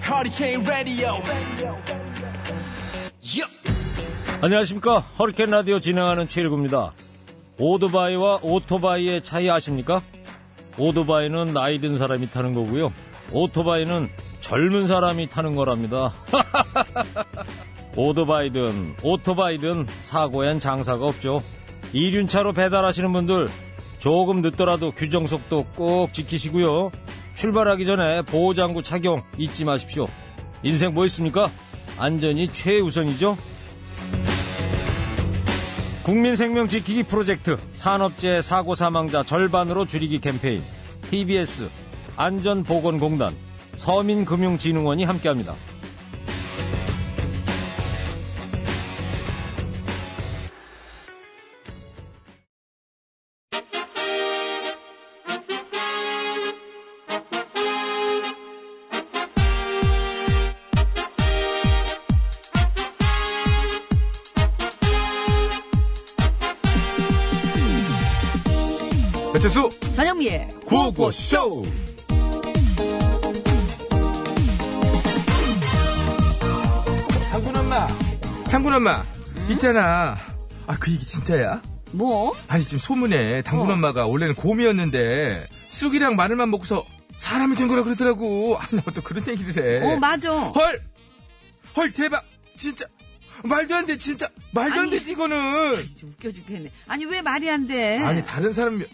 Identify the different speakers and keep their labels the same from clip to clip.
Speaker 1: Hurricane Radio.
Speaker 2: 안녕하십니까. 허리케인 라디오 진행하는 최일구입니다. 오토바이와 오토바이의 차이 아십니까? 오토바이는 나이 든 사람이 타는 거고요. 오토바이는 젊은 사람이 타는 거랍니다. 오토바이든 오토바이든 사고엔 장사가 없죠. 이륜차로 배달하시는 분들 조금 늦더라도 규정 속도 꼭 지키시고요. 출발하기 전에 보호장구 착용 잊지 마십시오. 인생 뭐 있습니까? 안전이 최우선이죠. 국민 생명 지키기 프로젝트 산업재해 사고 사망자 절반으로 줄이기 캠페인 TBS 안전보건공단 서민금융진흥원이 함께합니다.
Speaker 3: 배철수
Speaker 4: 전영미의
Speaker 3: 구호구쇼 당군 엄마 당군 엄마 있잖아 아 그 얘기 진짜야?
Speaker 4: 뭐?
Speaker 3: 아니 지금 소문에 당군
Speaker 4: 어.
Speaker 3: 엄마가 원래는 곰이었는데 쑥이랑 마늘만 먹고서 사람이 된 거라 그러더라고 아니 또 그런 얘기를 해
Speaker 4: 어 맞아.
Speaker 3: 헐! 헐 대박 진짜 말도 안 돼 진짜 말도 안
Speaker 4: 아니.
Speaker 3: 되지 이거는
Speaker 4: 진짜 웃겨 죽겠네. 아니 왜 말이 안 돼?
Speaker 3: 아니 다른 사람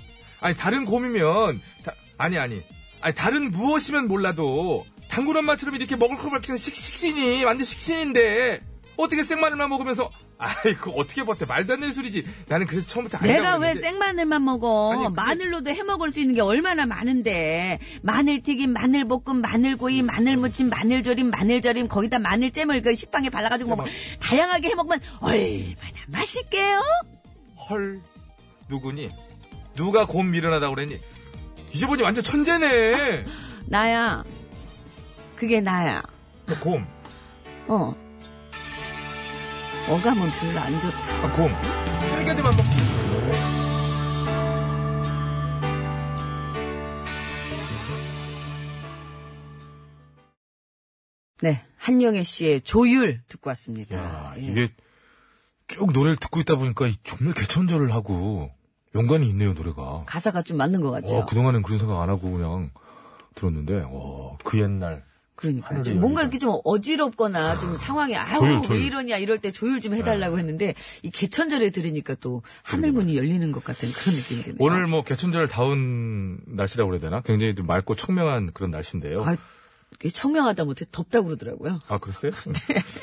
Speaker 3: 아니 다른 곰이면 다- 아니 아니 아니 다른 무엇이면 몰라도 당군 엄마처럼 이렇게 먹을 걸 밝히는 식, 식신이 완전 식신인데 어떻게 생마늘만 먹으면서 아이고 어떻게 버텨 말도 안 되는 소리지 나는 그래서 처음부터 아니라고
Speaker 4: 내가 왜
Speaker 3: 했는데.
Speaker 4: 생마늘만 먹어?
Speaker 3: 아니, 그게-
Speaker 4: 마늘로도 해 먹을 수 있는 게 얼마나 많은데. 마늘튀김, 마늘볶음, 마늘구이, 마늘무침, 마늘조림, 마늘절임, 거기다 마늘잼을 그 식빵에 발라가지고 먹으면 다양하게 해 먹으면 얼마나 맛있게요?
Speaker 3: 헐 누구니 누가 곰 밀어나다고 그랬니 이제 보니 완전 천재네
Speaker 4: 나야. 그게 나야.
Speaker 3: 너 곰,
Speaker 4: 어. 어감은 별로 안 좋다.
Speaker 3: 아, 곰. 쓸개들만 먹.
Speaker 4: 네. 한영애 씨의 조율 듣고 왔습니다.
Speaker 3: 야,
Speaker 4: 예.
Speaker 3: 이게 쭉 노래를 듣고 있다 보니까 이 정말 개천절을 하고 연관이 있네요, 노래가.
Speaker 4: 가사가 좀 맞는 것 같죠?
Speaker 3: 와, 어, 그동안은 그런 생각 안 하고 그냥 들었는데, 와, 그 옛날.
Speaker 4: 그러니까
Speaker 3: 하늘이
Speaker 4: 좀 뭔가
Speaker 3: 열리죠.
Speaker 4: 이렇게 좀 어지럽거나 좀 상황이 아우
Speaker 3: 아, 조율, 조율. 네.
Speaker 4: 왜 이러냐 이럴 때 조율 좀 해달라고 했는데 이 개천절에 들으니까 또 하늘문이 열리는 것 같은 그런 느낌이 드네요. 아,
Speaker 3: 오늘 뭐 개천절 다운 날씨라고 그래야 되나? 굉장히 좀 맑고 청명한 그런 날씨인데요.
Speaker 4: 아, 이게 청명하다 못해 덥다고 그러더라고요.
Speaker 3: 아, 그랬어요?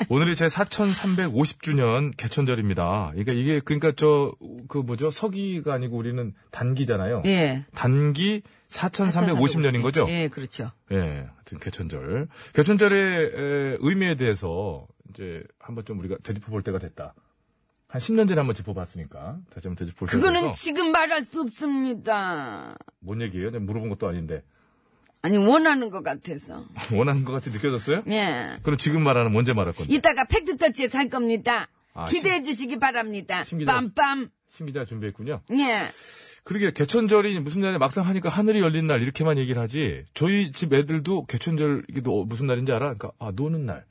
Speaker 3: 오늘이 제 4,350주년 개천절입니다. 그러니까 이게, 그러니까 저, 그 뭐죠? 서기가 아니고 우리는 단기잖아요.
Speaker 4: 예.
Speaker 3: 단기 4,350년인 거죠?
Speaker 4: 예, 그렇죠.
Speaker 3: 예, 하여튼 개천절. 개천절의 에, 의미에 대해서 이제 한번 좀 우리가 되짚어볼 때가 됐다. 한 10년 전에 한번 짚어봤으니까 다시 한번 되짚어볼 때가
Speaker 4: 그거는
Speaker 3: 돼서
Speaker 4: 지금 말할 수 없습니다.
Speaker 3: 뭔 얘기예요? 내가 물어본 것도 아닌데
Speaker 4: 아니 원하는 것 같아서.
Speaker 3: 원하는 것 같이 느껴졌어요?
Speaker 4: 예.
Speaker 3: 그럼 지금 말하는 언제 말할 건데?
Speaker 4: 이따가 팩트 터치에 살 겁니다.
Speaker 3: 아,
Speaker 4: 기대해 주시기 바랍니다.
Speaker 3: 신 기자.
Speaker 4: 빰빰.
Speaker 3: 신기자 준비했군요.
Speaker 4: 예.
Speaker 3: 그러게 개천절이 무슨 날에 막상 하니까 하늘이 열린 날 이렇게만 얘기를 하지. 저희 집 애들도 개천절 이게 너- 무슨 날인지 알아? 그러니까 아 노는 날.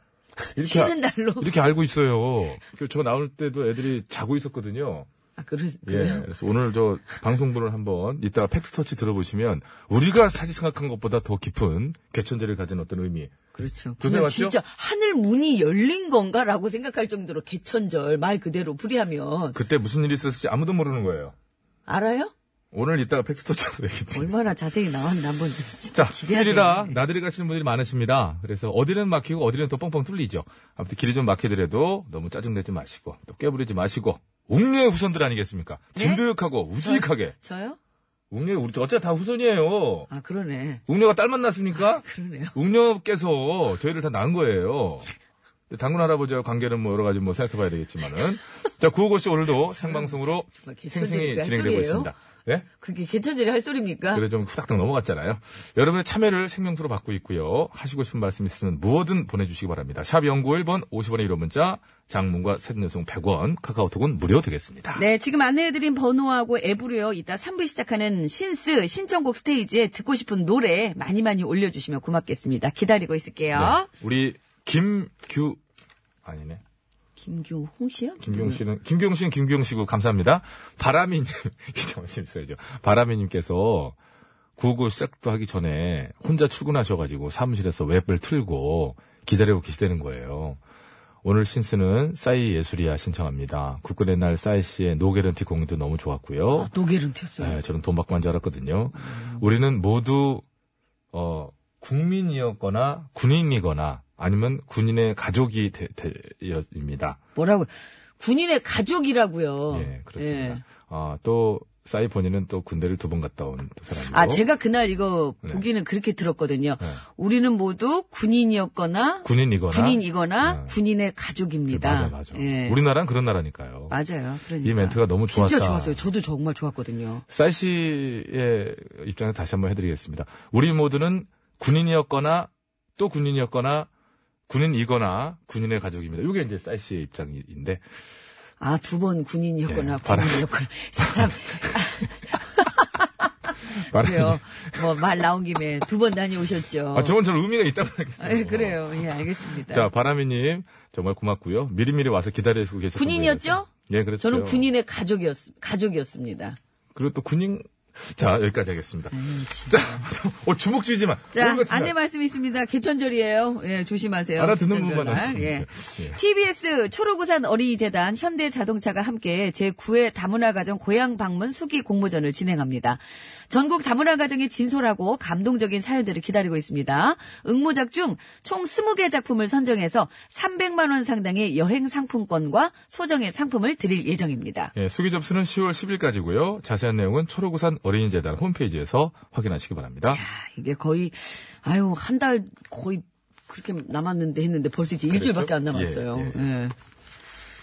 Speaker 3: 이렇게
Speaker 4: 쉬는
Speaker 3: 아-
Speaker 4: 날로.
Speaker 3: 이렇게 알고 있어요. 그저 나올 때도 애들이 자고 있었거든요.
Speaker 4: 아, 그러, 그래요?
Speaker 3: 예, 그래서 오늘 저 방송분을 한번 이따가 팩스터치 들어보시면 우리가 사실 생각한 것보다 더 깊은 개천제를 가진 어떤 의미.
Speaker 4: 그렇죠.
Speaker 3: 요새
Speaker 4: 그냥
Speaker 3: 왔죠?
Speaker 4: 진짜 하늘 문이 열린 건가라고 생각할 정도로 개천절 말 그대로 풀이하면
Speaker 3: 그때 무슨 일이 있었을지 아무도 모르는 거예요.
Speaker 4: 알아요?
Speaker 3: 오늘 이따가 팩스터치에서 얘기 드릴게요.
Speaker 4: 얼마나 자세히 나왔나 한번 좀
Speaker 3: 자,
Speaker 4: 어, 진짜 기대하네.
Speaker 3: 휴일이라 나들이 가시는 분들이 많으십니다. 그래서 어디는 막히고 어디는 또 뻥뻥 뚫리죠. 아무튼 길이 좀 막히더라도 너무 짜증내지 마시고 또 깨부리지 마시고 웅녀의 후손들 아니겠습니까?
Speaker 4: 네?
Speaker 3: 진교육하고 우직하게.
Speaker 4: 저요?
Speaker 3: 웅녀의 우리 어차피 다 후손이에요.
Speaker 4: 아 그러네.
Speaker 3: 웅녀가 딸 만났습니까?
Speaker 4: 그러네요.
Speaker 3: 웅녀께서 저희를 다 낳은 거예요. 근데 당군 할아버지와 관계는 뭐 여러 가지 뭐 생각해봐야 되겠지만은. 자, 구호고씨 오늘도 생방송으로
Speaker 4: 정말 개천적인
Speaker 3: 생생히
Speaker 4: 그냥
Speaker 3: 진행되고
Speaker 4: 소리예요?
Speaker 3: 있습니다. 예?
Speaker 4: 그게 개천절이 할 소리입니까?
Speaker 3: 그래 좀 후닥닥 넘어갔잖아요. 여러분의 참여를 생명수로 받고 있고요. 하시고 싶은 말씀 있으면 무엇든 보내주시기 바랍니다. 샵 0951번 50원의 1호 문자 장문과 사진 연속 100원 카카오톡은 무료 되겠습니다.
Speaker 4: 네, 지금 안내해드린 번호하고 앱으로요, 이따 3부 시작하는 신스 신청곡 스테이지에 듣고 싶은 노래 많이 많이 올려주시면 고맙겠습니다. 기다리고 있을게요.
Speaker 3: 네, 우리 김규 아니네.
Speaker 4: 김규홍 씨요?
Speaker 3: 김경 씨는 김경 씨는 김경 씨고 감사합니다. 바람이님 이정 있어야죠. 바람이님께서 구호 시작도 하기 전에 혼자 출근하셔가지고 사무실에서 웹을 틀고 기다리고 계시다는 거예요. 오늘 신스는 싸이 예술이야 신청합니다. 국군의 날 싸이 씨의 노게런티 공연도 너무 좋았고요.
Speaker 4: 아, 노게른 튀었어요.
Speaker 3: 네, 저는 돈 받고 한 줄 알았거든요. 우리는 모두 어, 국민이었거나 군인이거나 아니면 군인의 가족이 되, 되었습니다.
Speaker 4: 뭐라고? 군인의 가족이라고요.
Speaker 3: 예, 그렇습니다.
Speaker 4: 예.
Speaker 3: 아, 또 사이버니는 또 군대를 두 번 갔다 온 또 사람이고.
Speaker 4: 아, 제가 그날 이거
Speaker 3: 네.
Speaker 4: 보기는 그렇게 들었거든요.
Speaker 3: 네.
Speaker 4: 우리는 모두 군인이었거나
Speaker 3: 군인이거나.
Speaker 4: 군인이거나
Speaker 3: 네.
Speaker 4: 군인의
Speaker 3: 네,
Speaker 4: 가족입니다.
Speaker 3: 맞아, 맞아.
Speaker 4: 예.
Speaker 3: 우리나라는 그런 나라니까요.
Speaker 4: 맞아요. 그러니까.
Speaker 3: 이 멘트가 너무 좋았다.
Speaker 4: 진짜 좋았어요. 저도 정말 좋았거든요.
Speaker 3: 사이 씨의 입장을 다시 한번 해드리겠습니다. 우리 모두는 군인이었거나 또 군인이었거나 군인이거나 군인의 가족입니다. 이게 이제 사이 씨의 입장인데
Speaker 4: 아, 두 번 군인이었거나
Speaker 3: 예, 바람-
Speaker 4: 군인이었거나. 사람,
Speaker 3: 말해요.
Speaker 4: 그래요. 뭐 말 나온 김에 두 번 다녀오셨죠.
Speaker 3: 아, 저건 저 의미가 있다고
Speaker 4: 아,
Speaker 3: 하겠어요.
Speaker 4: 예, 그래요. 예, 알겠습니다.
Speaker 3: 자, 바람이님 정말 고맙고요. 미리미리 와서 기다리고 계셨던
Speaker 4: 군인이었죠?
Speaker 3: 분이라서. 예, 그렇죠.
Speaker 4: 저는 군인의 가족이었, 가족이었습니다.
Speaker 3: 그리고 또 군인 자 여기까지 하겠습니다.
Speaker 4: 아유,
Speaker 3: 자, 어, 주목 주지만.
Speaker 4: 뭐 자, 안내 말씀 있습니다. 개천절이에요. 예, 조심하세요.
Speaker 3: 알아듣는
Speaker 4: 개천절
Speaker 3: 분만
Speaker 4: 날.
Speaker 3: 하시면
Speaker 4: 예.
Speaker 3: 예.
Speaker 4: TBS 초록우산 어린이재단 현대자동차가 함께 제9회 다문화가정 고향 방문 수기 공모전을 진행합니다. 전국 다문화가정의 진솔하고 감동적인 사연들을 기다리고 있습니다. 응모작 중 총 20개 작품을 선정해서 300만원 상당의 여행 상품권과 소정의 상품을 드릴 예정입니다.
Speaker 3: 예, 수기 접수는 10월 10일까지고요. 자세한 내용은 초록우산 어린이재단 홈페이지에서 확인하시기 바랍니다.
Speaker 4: 아, 이게 거의, 아유, 한 달 거의 그렇게 남았는데 했는데 벌써 이제 일주일밖에 안 남았어요.
Speaker 3: 예,
Speaker 4: 예.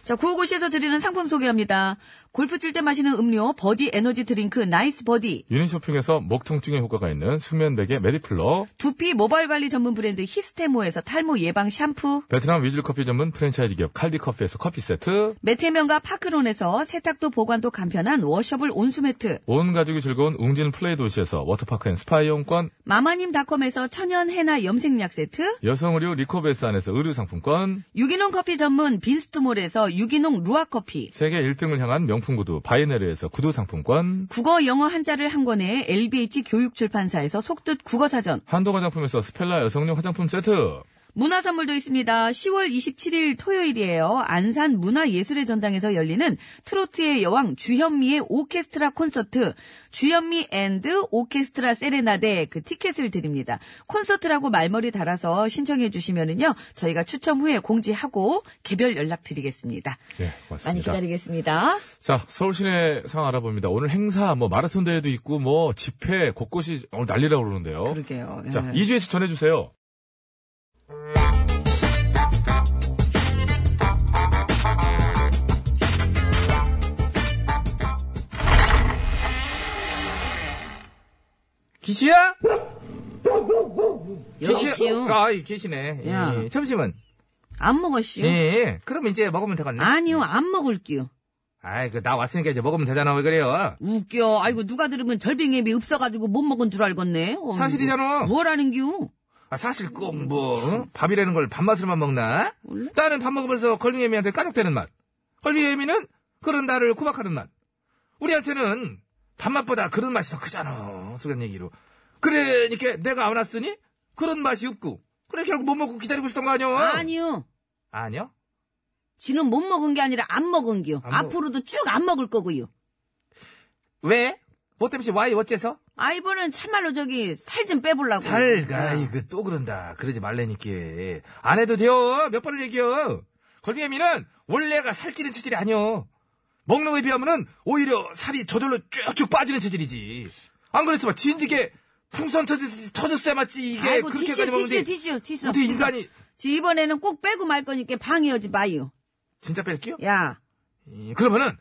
Speaker 4: 자, 구호고시에서 드리는 상품 소개합니다. 골프 칠 때 마시는 음료 버디 에너지 드링크 나이스 버디.
Speaker 3: 유니쇼핑에서 목통증에 효과가 있는 숙면베개 메디플러,
Speaker 4: 두피 모발 관리 전문 브랜드 히스테모에서 탈모 예방 샴푸.
Speaker 3: 베트남 위즐커피 전문 프랜차이즈 기업 칼디커피에서 커피 세트,
Speaker 4: 메테면과 파크론에서 세탁도 보관도 간편한 워셔블 온수매트.
Speaker 3: 온 가족이 즐거운 웅진 플레이 도시에서 워터파크 앤 스파 이용권,
Speaker 4: 마마님닷컴에서 천연 해나 염색약 세트.
Speaker 3: 여성 의류 리코베스 안에서 의류 상품권,
Speaker 4: 유기농 커피 전문 빈스트몰에서 유기농 루아 커피.
Speaker 3: 세계 1등을 향한 명품 구두 바이네르에서 구두 상품권,
Speaker 4: 국어 영어 한자를 한 권에 LBH 교육출판사에서 속뜻 국어사전.
Speaker 3: 한도 화장품에서 스펠라 여성용 화장품 세트,
Speaker 4: 문화 선물도 있습니다. 10월 27일 토요일이에요. 안산 문화예술의 전당에서 열리는 트로트의 여왕 주현미의 오케스트라 콘서트 주현미 앤드 오케스트라 세레나데 그 티켓을 드립니다. 콘서트라고 말머리 달아서 신청해 주시면은요. 저희가 추첨 후에 공지하고 개별 연락 드리겠습니다.
Speaker 3: 예,
Speaker 4: 많이
Speaker 3: 맞습니다. 어?
Speaker 4: 기다리겠습니다.
Speaker 3: 자, 서울 시내 상황 알아봅니다. 오늘 행사, 뭐 마라톤 대회도 있고, 뭐 집회 곳곳이 오늘 난리라고 그러는데요.
Speaker 4: 그러게요.
Speaker 3: 자,
Speaker 4: 예.
Speaker 3: 이주혜 씨 전해주세요. 기시야?
Speaker 4: 여시오.
Speaker 3: 아, 이 계시네.
Speaker 4: 야.
Speaker 3: 예, 점심은?
Speaker 4: 안 먹었시오.
Speaker 3: 예, 그럼 이제 먹으면 되겠네.
Speaker 4: 아니요, 안 먹을게요.
Speaker 3: 아이, 그, 나 왔으니까 이제 먹으면 되잖아, 왜 그래요?
Speaker 4: 웃겨. 아이고 누가 들으면 절빙앱이 없어가지고 못 먹은 줄 알겠네. 어,
Speaker 3: 사실이잖아.
Speaker 4: 뭐라는 겨?
Speaker 3: 아, 사실 꼭 뭐, 응? 밥이라는 걸 밥맛으로만 먹나?
Speaker 4: 원래?
Speaker 3: 나는 밥 먹으면서 걸리애미한테 까족대는 맛. 걸리애미는 그런 나를 구박하는 맛. 우리한테는 밥맛보다 그런 맛이 더 크잖아. 소련 얘기로. 그러니까 내가 안 왔으니 그런 맛이 없고. 그래, 결국 못 먹고 기다리고 있었던 거 아니야?
Speaker 4: 아니요.
Speaker 3: 아니요?
Speaker 4: 지는 못 먹은 게 아니라 안 먹은 겨.
Speaker 3: 안 먹-
Speaker 4: 앞으로도 쭉 안 먹을 거고요.
Speaker 3: 왜? 뭐 때문에 와이 어째서?
Speaker 4: 아 이번엔 참말로 저기 살 좀 빼보려고.
Speaker 3: 살가, 이거 또 그런다. 그러지 말라니까. 안 해도 돼요. 몇 번을 얘기해요. 걸비애미는 원래가 살찌는 체질이 아니요. 먹는 거에 비하면은 오히려 살이 저절로 쭉쭉 빠지는 체질이지. 안 그랬으면 진지게 풍선 터졌, 터졌어야 맞지. 이게
Speaker 4: 아이고
Speaker 3: 그렇게까지
Speaker 4: 티슈
Speaker 3: 먹는데
Speaker 4: 티슈 티슈 티슈.
Speaker 3: 어떻게 인간이
Speaker 4: 지 이번에는 꼭 빼고 말 거니까 방해하지 마요.
Speaker 3: 진짜 뺄게요?
Speaker 4: 야
Speaker 3: 이, 그러면은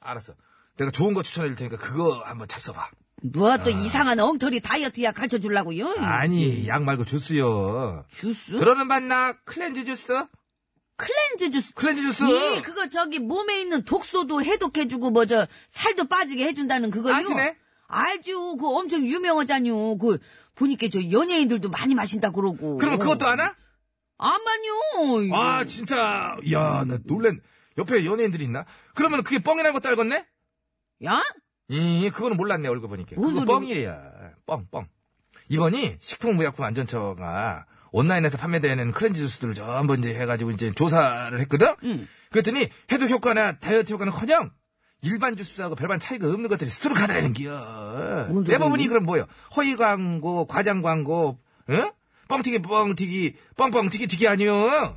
Speaker 3: 알았어. 내가 좋은 거 추천해 줄 테니까 그거 한번 잡숴봐.
Speaker 4: 뭐야 또 이상한 엉터리 다이어트 약 가르쳐 주려고요?
Speaker 3: 아. 아니, 약 말고 주스요.
Speaker 4: 음. 주스?
Speaker 3: 들어는 봤나? 클렌즈 주스?
Speaker 4: 클렌즈 주스.
Speaker 3: 클렌즈 주스?
Speaker 4: 예, 그거 저기 몸에 있는 독소도 해독해주고 뭐 저 살도 빠지게 해준다는 그거요.
Speaker 3: 아시네?
Speaker 4: 알죠. 그 엄청 유명하잖요. 그 보니까 저 연예인들도 많이 마신다 그러고.
Speaker 3: 그러면 그것도 아나?
Speaker 4: 안 마요.
Speaker 3: 아, 진짜. 야, 나 놀란. 옆에 연예인들이 있나? 그러면 그게 뻥이라는 것도 알겠네?
Speaker 4: 야?
Speaker 3: 이, 그거는 몰랐네, 얼굴 보니까.
Speaker 4: 뭔
Speaker 3: 그거
Speaker 4: 소리야?
Speaker 3: 뻥이래요. 뻥, 뻥. 이번이 식품의약품안전처가 온라인에서 판매되는 클렌즈 주스들을 전부 이제 해가지고 이제 조사를 했거든?
Speaker 4: 응.
Speaker 3: 그랬더니 해독 효과나 다이어트 효과는 커녕 일반 주스하고 별반 차이가 없는 것들이 스스로 가더라는 기여.
Speaker 4: 뭔 소리야,
Speaker 3: 대부분이
Speaker 4: 이게?
Speaker 3: 그럼 뭐요? 허위 광고, 과장 광고, 응? 뻥튀기, 뻥튀기, 뻥뻥튀기, 튀기 아니요?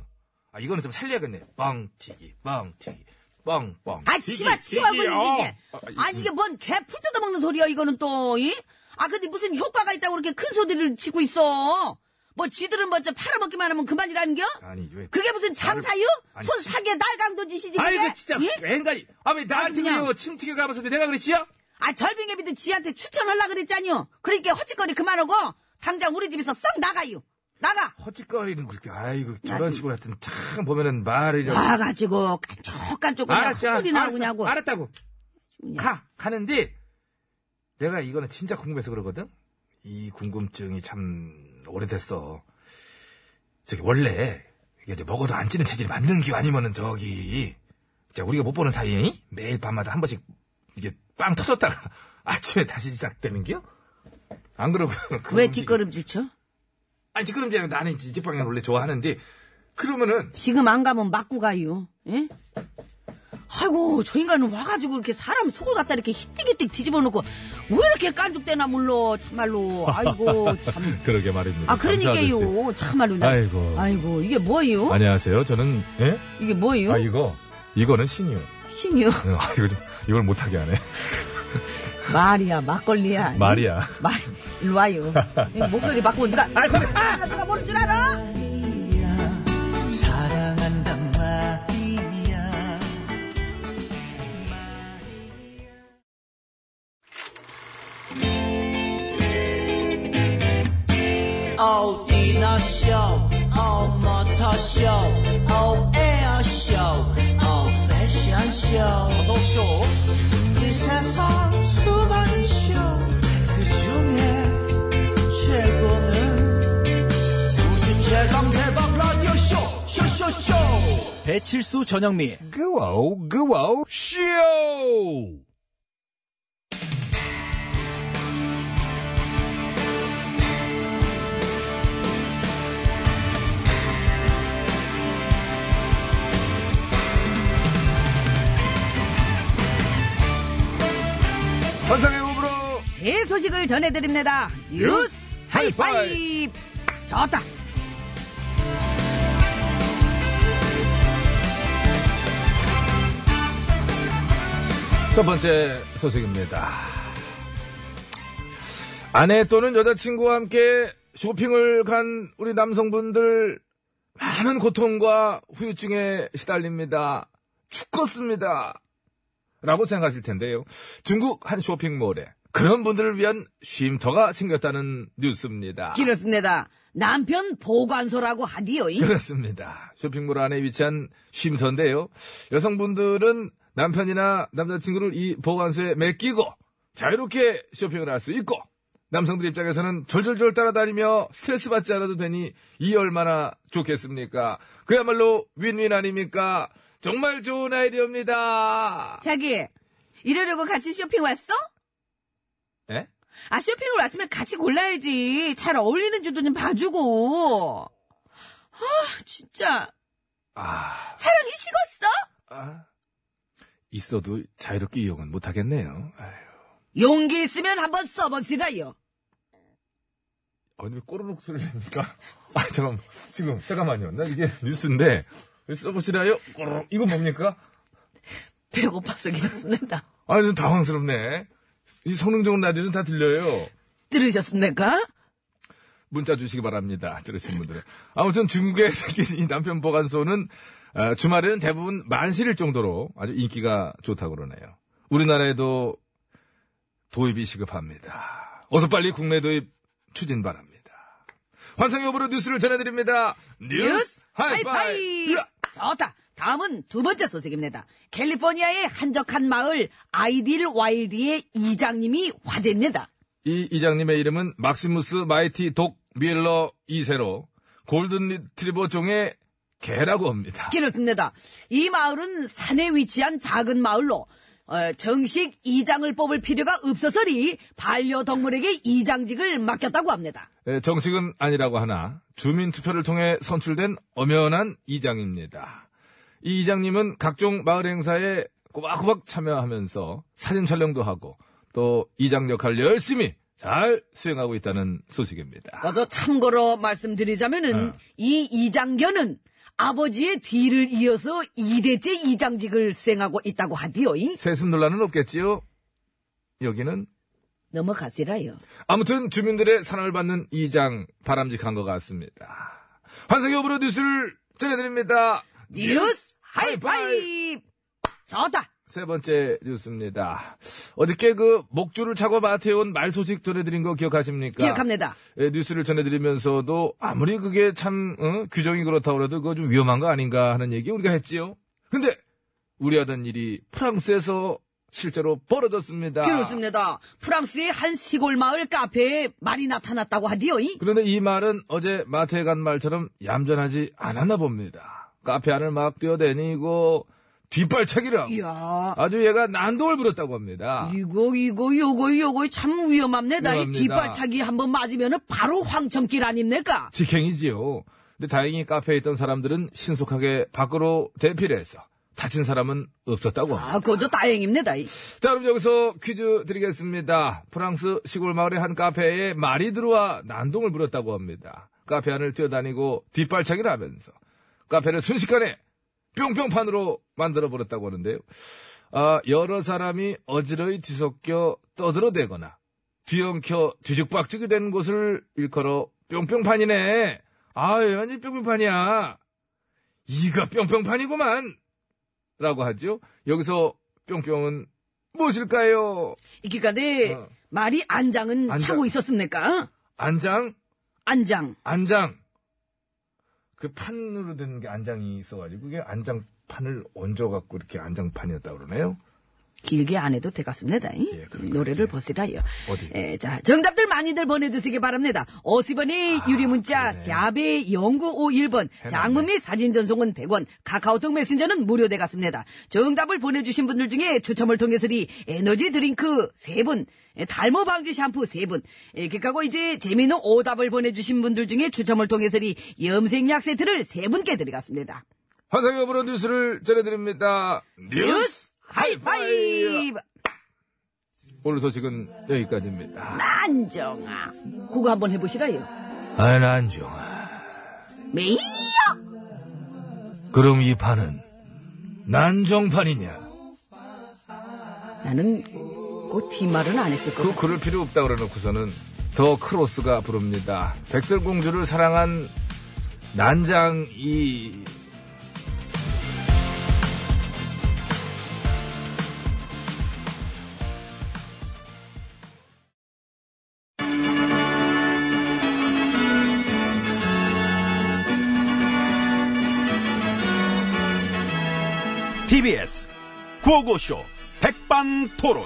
Speaker 3: 아, 이거는 좀 살려야겠네. 뻥튀기, 뻥튀기, 뻥뻥.
Speaker 4: 아, 치마, 치마
Speaker 3: 튀기,
Speaker 4: 걸리네, 이게.
Speaker 3: 어. 아,
Speaker 4: 아, 이게 뭔 개 풀 뜯어먹는 소리야, 이거는 또, 이? 아, 근데 무슨 효과가 있다고 그렇게 큰 소리를 치고 있어? 뭐, 지들은 먼저 팔아먹기만 하면 그만이라는겨?
Speaker 3: 아니, 왜.
Speaker 4: 그게 무슨 장사유?
Speaker 3: 아니,
Speaker 4: 손 사게 날강도 짓이지, 그게?
Speaker 3: 아이고 진짜
Speaker 4: 예?
Speaker 3: 왠가리 아왜 나한테
Speaker 4: 아주 그냥.
Speaker 3: 그래요 침튀겨 가면서 내가 그랬지요?
Speaker 4: 아, 절빙애비도 지한테 추천하려 그랬잖요. 그러니까 헛짓거리 그만하고, 당장 우리 집에서 썩 나가요. 나가!
Speaker 3: 헛짓거리는 그렇게 아이고 저런 식으로 하여튼 참 보면은 말을
Speaker 4: 아, 와가지고, 깐족깐족 그냥
Speaker 3: 알았어
Speaker 4: 소리 나고 그냐고.
Speaker 3: 알았다고 가 가는데 내가 이거는 진짜 궁금해서 그러거든 이 궁금증이 참 오래됐어 저기 원래 이게 이제 먹어도 안 찌는 체질이 맞는 게 아니면은 저기 자 우리가 못 보는 사이에 매일 밤마다 한 번씩 이게 빵 터졌다가 아침에 다시 시작되는 게요? 안 그러고
Speaker 4: 왜
Speaker 3: 뒷
Speaker 4: 뒷걸음질 쳐? 방
Speaker 3: 아니 그럼 나는 지방향 원래 좋아하는데 그러면은
Speaker 4: 안 가면 맞고 가요. 예? 아이고, 저 인간은 와가지고 이렇게 사람 속을 갖다 이렇게 히뜩히뜩 뒤집어 놓고, 왜 이렇게 깐족대나 몰라, 참말로. 아이고, 참.
Speaker 3: 그러게 말입니다.
Speaker 4: 아, 그러니까요. 참말로. 나-
Speaker 3: 아이고.
Speaker 4: 아이고, 이게 뭐예요?
Speaker 3: 안녕하세요. 저는 예?
Speaker 4: 이게 뭐예요?
Speaker 3: 아 이거 이거는 신유.
Speaker 4: 신유.
Speaker 3: 아 이거 좀 이걸 못하게 하네.
Speaker 4: 말이야, 막걸리야.
Speaker 3: 말이야.
Speaker 4: 말, 일로 와요. 이 목소리 바꾸면 누가, 아, 누가 모를 줄 알아?
Speaker 1: 사랑한단 말이야 어디너쇼 어머터쇼 어에어쇼 어패션쇼 어서쇼 이 세상 수많은 쇼그 중에 최고는 우주 최강 대박 라디오 쇼 쇼쇼쇼 배칠수 전영미
Speaker 3: 그와우 그와우 쇼. 환상의 호불호
Speaker 4: 새 소식을 전해드립니다. 뉴스 하이파이브. 좋다.
Speaker 3: 첫 번째 소식입니다. 아내 또는 여자친구와 함께 쇼핑을 간 우리 남성분들 많은 고통과 후유증에 시달립니다. 죽겠습니다. 라고 생각하실 텐데요. 중국 한 쇼핑몰에 그런 분들을 위한 쉼터가 생겼다는 뉴스입니다.
Speaker 4: 길었습니다. 남편 보관소라고 하디요. 이.
Speaker 3: 그렇습니다. 쇼핑몰 안에 위치한 쉼터인데요. 여성분들은 남편이나 남자친구를 이 보관소에 맡기고 자유롭게 쇼핑을 할 수 있고 남성들 입장에서는 졸졸졸 따라다니며 스트레스 받지 않아도 되니 이 얼마나 좋겠습니까? 그야말로 윈윈 아닙니까? 정말 좋은 아이디어입니다.
Speaker 4: 자기, 이러려고 같이 쇼핑 왔어?
Speaker 3: 예?
Speaker 4: 아, 쇼핑을 왔으면 같이 골라야지. 잘 어울리는 주도 좀 봐주고. 아, 진짜.
Speaker 3: 아,
Speaker 4: 사랑이 식었어?
Speaker 3: 아. 있어도 자유롭게 이용은 못하겠네요. 아유,
Speaker 4: 용기 있으면 한번 써보시라요.
Speaker 3: 아니 왜 꼬르륵 소리를 냅니까? 아 잠깐 지금 잠깐만요. 나 이게 뉴스인데 왜 써보시나요? 꼬르륵 이거 뭡니까?
Speaker 4: 배고파서 길었습니다.
Speaker 3: 아니 좀 당황스럽네. 이 성능 좋은 라디오는 다 들려요.
Speaker 4: 들으셨습니까?
Speaker 3: 문자 주시기 바랍니다. 들으신 분들은 아무튼 중국에 생긴 이 남편 어, 보관소는 아, 주말에는 대부분 만실일 정도로 아주 인기가 좋다고 그러네요. 우리나라에도 도입이 시급합니다. 어서 빨리 국내 도입 추진 바랍니다. 환상 여부로 뉴스를 전해드립니다. 뉴스 하이파이! 으아!
Speaker 4: 좋다. 다음은 두 번째 소식입니다. 캘리포니아의 한적한 마을 아이딜 와일드의 이장님이 화제입니다.
Speaker 3: 이 이장님의 이름은 막시무스 마이티 독 밀러 2세로 골든 리트리버 종의 개라고 합니다.
Speaker 4: 그렇습니다. 이 마을은 산에 위치한 작은 마을로 어, 정식 이장을 뽑을 필요가 없어서리 반려동물에게 이장직을 맡겼다고 합니다.
Speaker 3: 예, 정식은 아니라고 하나 주민 투표를 통해 선출된 엄연한 이장입니다. 이 이장님은 각종 마을 행사에 꼬박꼬박 참여하면서 사진 촬영도 하고 또 이장 역할을 열심히 잘 수행하고 있다는 소식입니다.
Speaker 4: 먼저 참고로 말씀드리자면은
Speaker 3: 어.
Speaker 4: 이 이장견은 아버지의 뒤를 이어서 2대째 이장직을 수행하고 있다고 하디요.
Speaker 3: 세습 논란은 없겠지요? 여기는
Speaker 4: 넘어가시라요.
Speaker 3: 아무튼 주민들의 사랑을 받는 이장 바람직한 것 같습니다. 환상의 오브로 뉴스를 전해드립니다.
Speaker 4: 뉴스 하이파이브! 좋다.
Speaker 3: 세 번째 뉴스입니다. 어저께 그 목줄을 차고 마트에 온 말 소식 전해드린 거 기억하십니까?
Speaker 4: 기억합니다.
Speaker 3: 예, 뉴스를 전해드리면서도 아무리 그게 참 어? 규정이 그렇다고 해도 그거 좀 위험한 거 아닌가 하는 얘기 우리가 했지요. 근데 우리 하던 일이 프랑스에서 실제로 벌어졌습니다.
Speaker 4: 그렇습니다. 프랑스의 한 시골 마을 카페에 말이 나타났다고 하디요.
Speaker 3: 그런데 이 말은 어제 마트에 간 말처럼 얌전하지 않았나 봅니다. 카페 안을 막 뛰어다니고 뒷발차기를 하고
Speaker 4: 이야.
Speaker 3: 아주 얘가 난동을 부렸다고 합니다.
Speaker 4: 이거 이거 요거 요거 참 위험합니다. 이
Speaker 3: 위험합니다.
Speaker 4: 뒷발차기 한번 맞으면은 바로 황천길 아닙니까?
Speaker 3: 직행이지요. 근데 다행히 카페에 있던 사람들은 신속하게 밖으로 대피를 해서 다친 사람은 없었다고 합니다.
Speaker 4: 아, 그저 다행입니다. 이.
Speaker 3: 자, 그럼 여기서 퀴즈 드리겠습니다. 프랑스 시골 마을의 한 카페에 말이 들어와 난동을 부렸다고 합니다. 카페 안을 뛰어다니고 뒷발차기를 하면서 카페를 순식간에 뿅뿅판으로 만들어 버렸다고 하는데요. 아, 여러 사람이 어지러이 뒤섞여 떠들어대거나 뒤엉켜 뒤죽박죽이 된 곳을 일컬어 뿅뿅판이네. 아, 완전 뿅뿅판이야. 이가 뿅뿅판이구만. 라고 하죠. 여기서 뿅뿅은 무엇일까요?
Speaker 4: 이 기간에
Speaker 3: 어.
Speaker 4: 말이 안장은
Speaker 3: 안장.
Speaker 4: 차고 있었습니까?
Speaker 3: 안장?
Speaker 4: 안장.
Speaker 3: 안장. 그 판으로 된 게 안장이 있어가지고 그게 안장판을 얹어갖고 이렇게 안장판이었다 그러네요.
Speaker 4: 길게 안 해도 되겠습니다. 이.
Speaker 3: 예, 그렇군요.
Speaker 4: 노래를 벗으라요.
Speaker 3: 어디?
Speaker 4: 예, 자, 정답들 많이들 보내주시기 바랍니다. 50원의
Speaker 3: 아,
Speaker 4: 유리문자,
Speaker 3: 네.
Speaker 4: 샵의 0951번, 장문 및 사진 전송은 100원, 카카오톡 메신저는 무료되겠습니다. 정답을 보내주신 분들 중에 추첨을 통해서리 에너지 드링크 3분, 예, 달모 방지 샴푸 3분, 이렇게 하고 이제 재미있는 오답을 보내주신 분들 중에 추첨을 통해서리 염색약 세트를 3분께 드리겠습니다.
Speaker 3: 환상의 오브로 뉴스를 전해드립니다.
Speaker 4: 뉴스 하이파이브!
Speaker 3: 오늘 소식은 여기까지입니다.
Speaker 4: 안정아. 그거 한번 해보시라요.
Speaker 3: 안안정아.
Speaker 4: 메이요!
Speaker 3: 그럼 이 판은 난정판이냐?
Speaker 4: 나는 그 뒷말은 안 했을
Speaker 3: 그
Speaker 4: 거야.
Speaker 3: 그럴 필요 없다 그래놓고서는 더 크로스가 부릅니다. 백설공주를 사랑한 난장이
Speaker 5: TBS 구호고쇼 백반토론.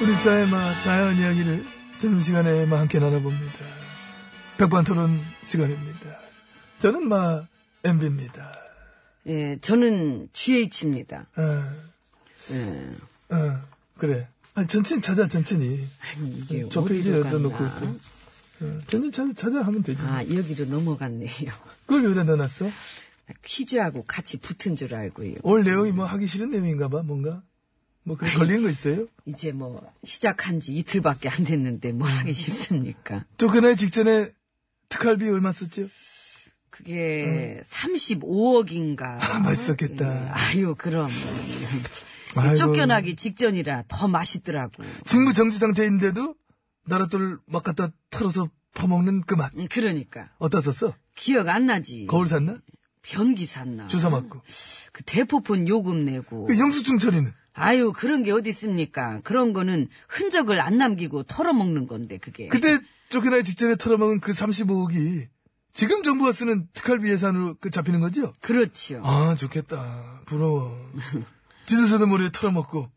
Speaker 3: 우리 사회의 마 다양한 이야기를 듣는 시간에 마 함께 나눠봅니다. 백반토론 시간입니다. 저는 마 MB입니다.
Speaker 4: 예, 저는 GH입니다.
Speaker 6: 어,
Speaker 4: 네.
Speaker 6: 어, 그래. 아니, 천천히 찾아, 천천히.
Speaker 4: 아니, 이게
Speaker 6: 저 페이지에
Speaker 4: 어디로
Speaker 6: 넣어놓고
Speaker 4: 갔나?
Speaker 6: 있고. 어, 천천히 찾아, 찾아 하면 되지.
Speaker 4: 아, 여기로 넘어갔네요.
Speaker 6: 그걸 여기다 넣어놨어?
Speaker 4: 퀴즈하고 같이 붙은 줄 알고요.
Speaker 6: 올 내용이 뭐 하기 싫은 내용인가 봐, 뭔가? 뭐, 그래, 걸리는 거 있어요?
Speaker 4: 이제 뭐, 시작한 지 이틀밖에 안 됐는데 뭘 하기 싫습니까?
Speaker 6: 쫓겨나기 직전에 특할비 얼마 썼죠?
Speaker 4: 그게 35억인가.
Speaker 6: 음.
Speaker 4: 예,
Speaker 6: 아, 맛있었겠다.
Speaker 4: 아유, 그럼.
Speaker 6: 아이고.
Speaker 4: 쫓겨나기 직전이라 더 맛있더라고.
Speaker 6: 직무 정지 상태인데도 나랏돌 막 갖다 털어서 퍼먹는 그 맛.
Speaker 4: 음, 그러니까.
Speaker 6: 어떠셨어?
Speaker 4: 기억 안 나지.
Speaker 6: 거울 샀나?
Speaker 4: 변기 샀나.
Speaker 6: 주사 맞고.
Speaker 4: 그 대포폰 요금 내고.
Speaker 6: 그 영수증 처리는?
Speaker 4: 아유, 그런 게 어디 있습니까? 그런 거는 흔적을 안 남기고 털어먹는 건데, 그게.
Speaker 6: 그때 쫓겨나기 직전에 털어먹은 그 35억이 지금 정부가 쓰는 특활비 예산으로 그 잡히는 거죠?
Speaker 4: 그렇지요.
Speaker 6: 아, 좋겠다. 부러워. 뒤져서도 모르게 털어먹고,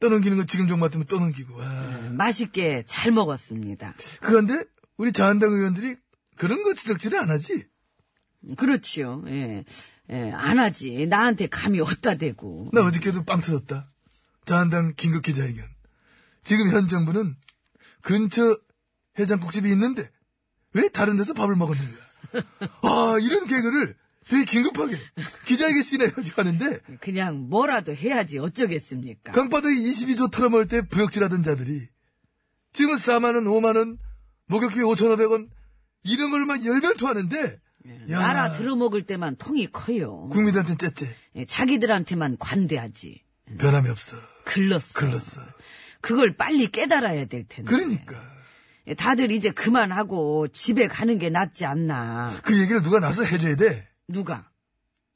Speaker 6: 떠넘기는 거 지금 정 맡으면 떠넘기고, 와.
Speaker 4: 맛있게 잘 먹었습니다.
Speaker 6: 그런데, 우리 자한당 의원들이 그런 거 지적질을 안 하지?
Speaker 4: 그렇지요. 예. 예, 안 하지. 나한테 감이 어따 대고.
Speaker 6: 나 어저께도 빵 터졌다. 자한당 긴급 기자회견. 지금 현 정부는 근처 해장국집이 있는데, 왜 다른 데서 밥을 먹었는가? 아, 이런 개그를 되게 긴급하게 기자회견 해가지고 하는데,
Speaker 4: 그냥 뭐라도 해야지 어쩌겠습니까?
Speaker 6: 강바닥에 22조 털어먹을 때 부역질하던 자들이 지금은 4만원, 5만원, 목욕비 5,500원 이런 걸만 열변 토하는데 야,
Speaker 4: 예,
Speaker 6: 그-
Speaker 4: 나라 들어먹을 때만 통이 커요.
Speaker 6: 국민한테는 째째
Speaker 4: 예, 자기들한테만 관대하지.
Speaker 6: 변함이 없어.
Speaker 4: 글렀어.
Speaker 6: 글렀어.
Speaker 4: 그걸 빨리 깨달아야 될 텐데.
Speaker 6: 그러니까
Speaker 4: 예, 다들 이제 그만하고 집에 가는 게 낫지 않나.
Speaker 6: 그 얘기를 누가 나서 해줘야 돼.
Speaker 4: 누가?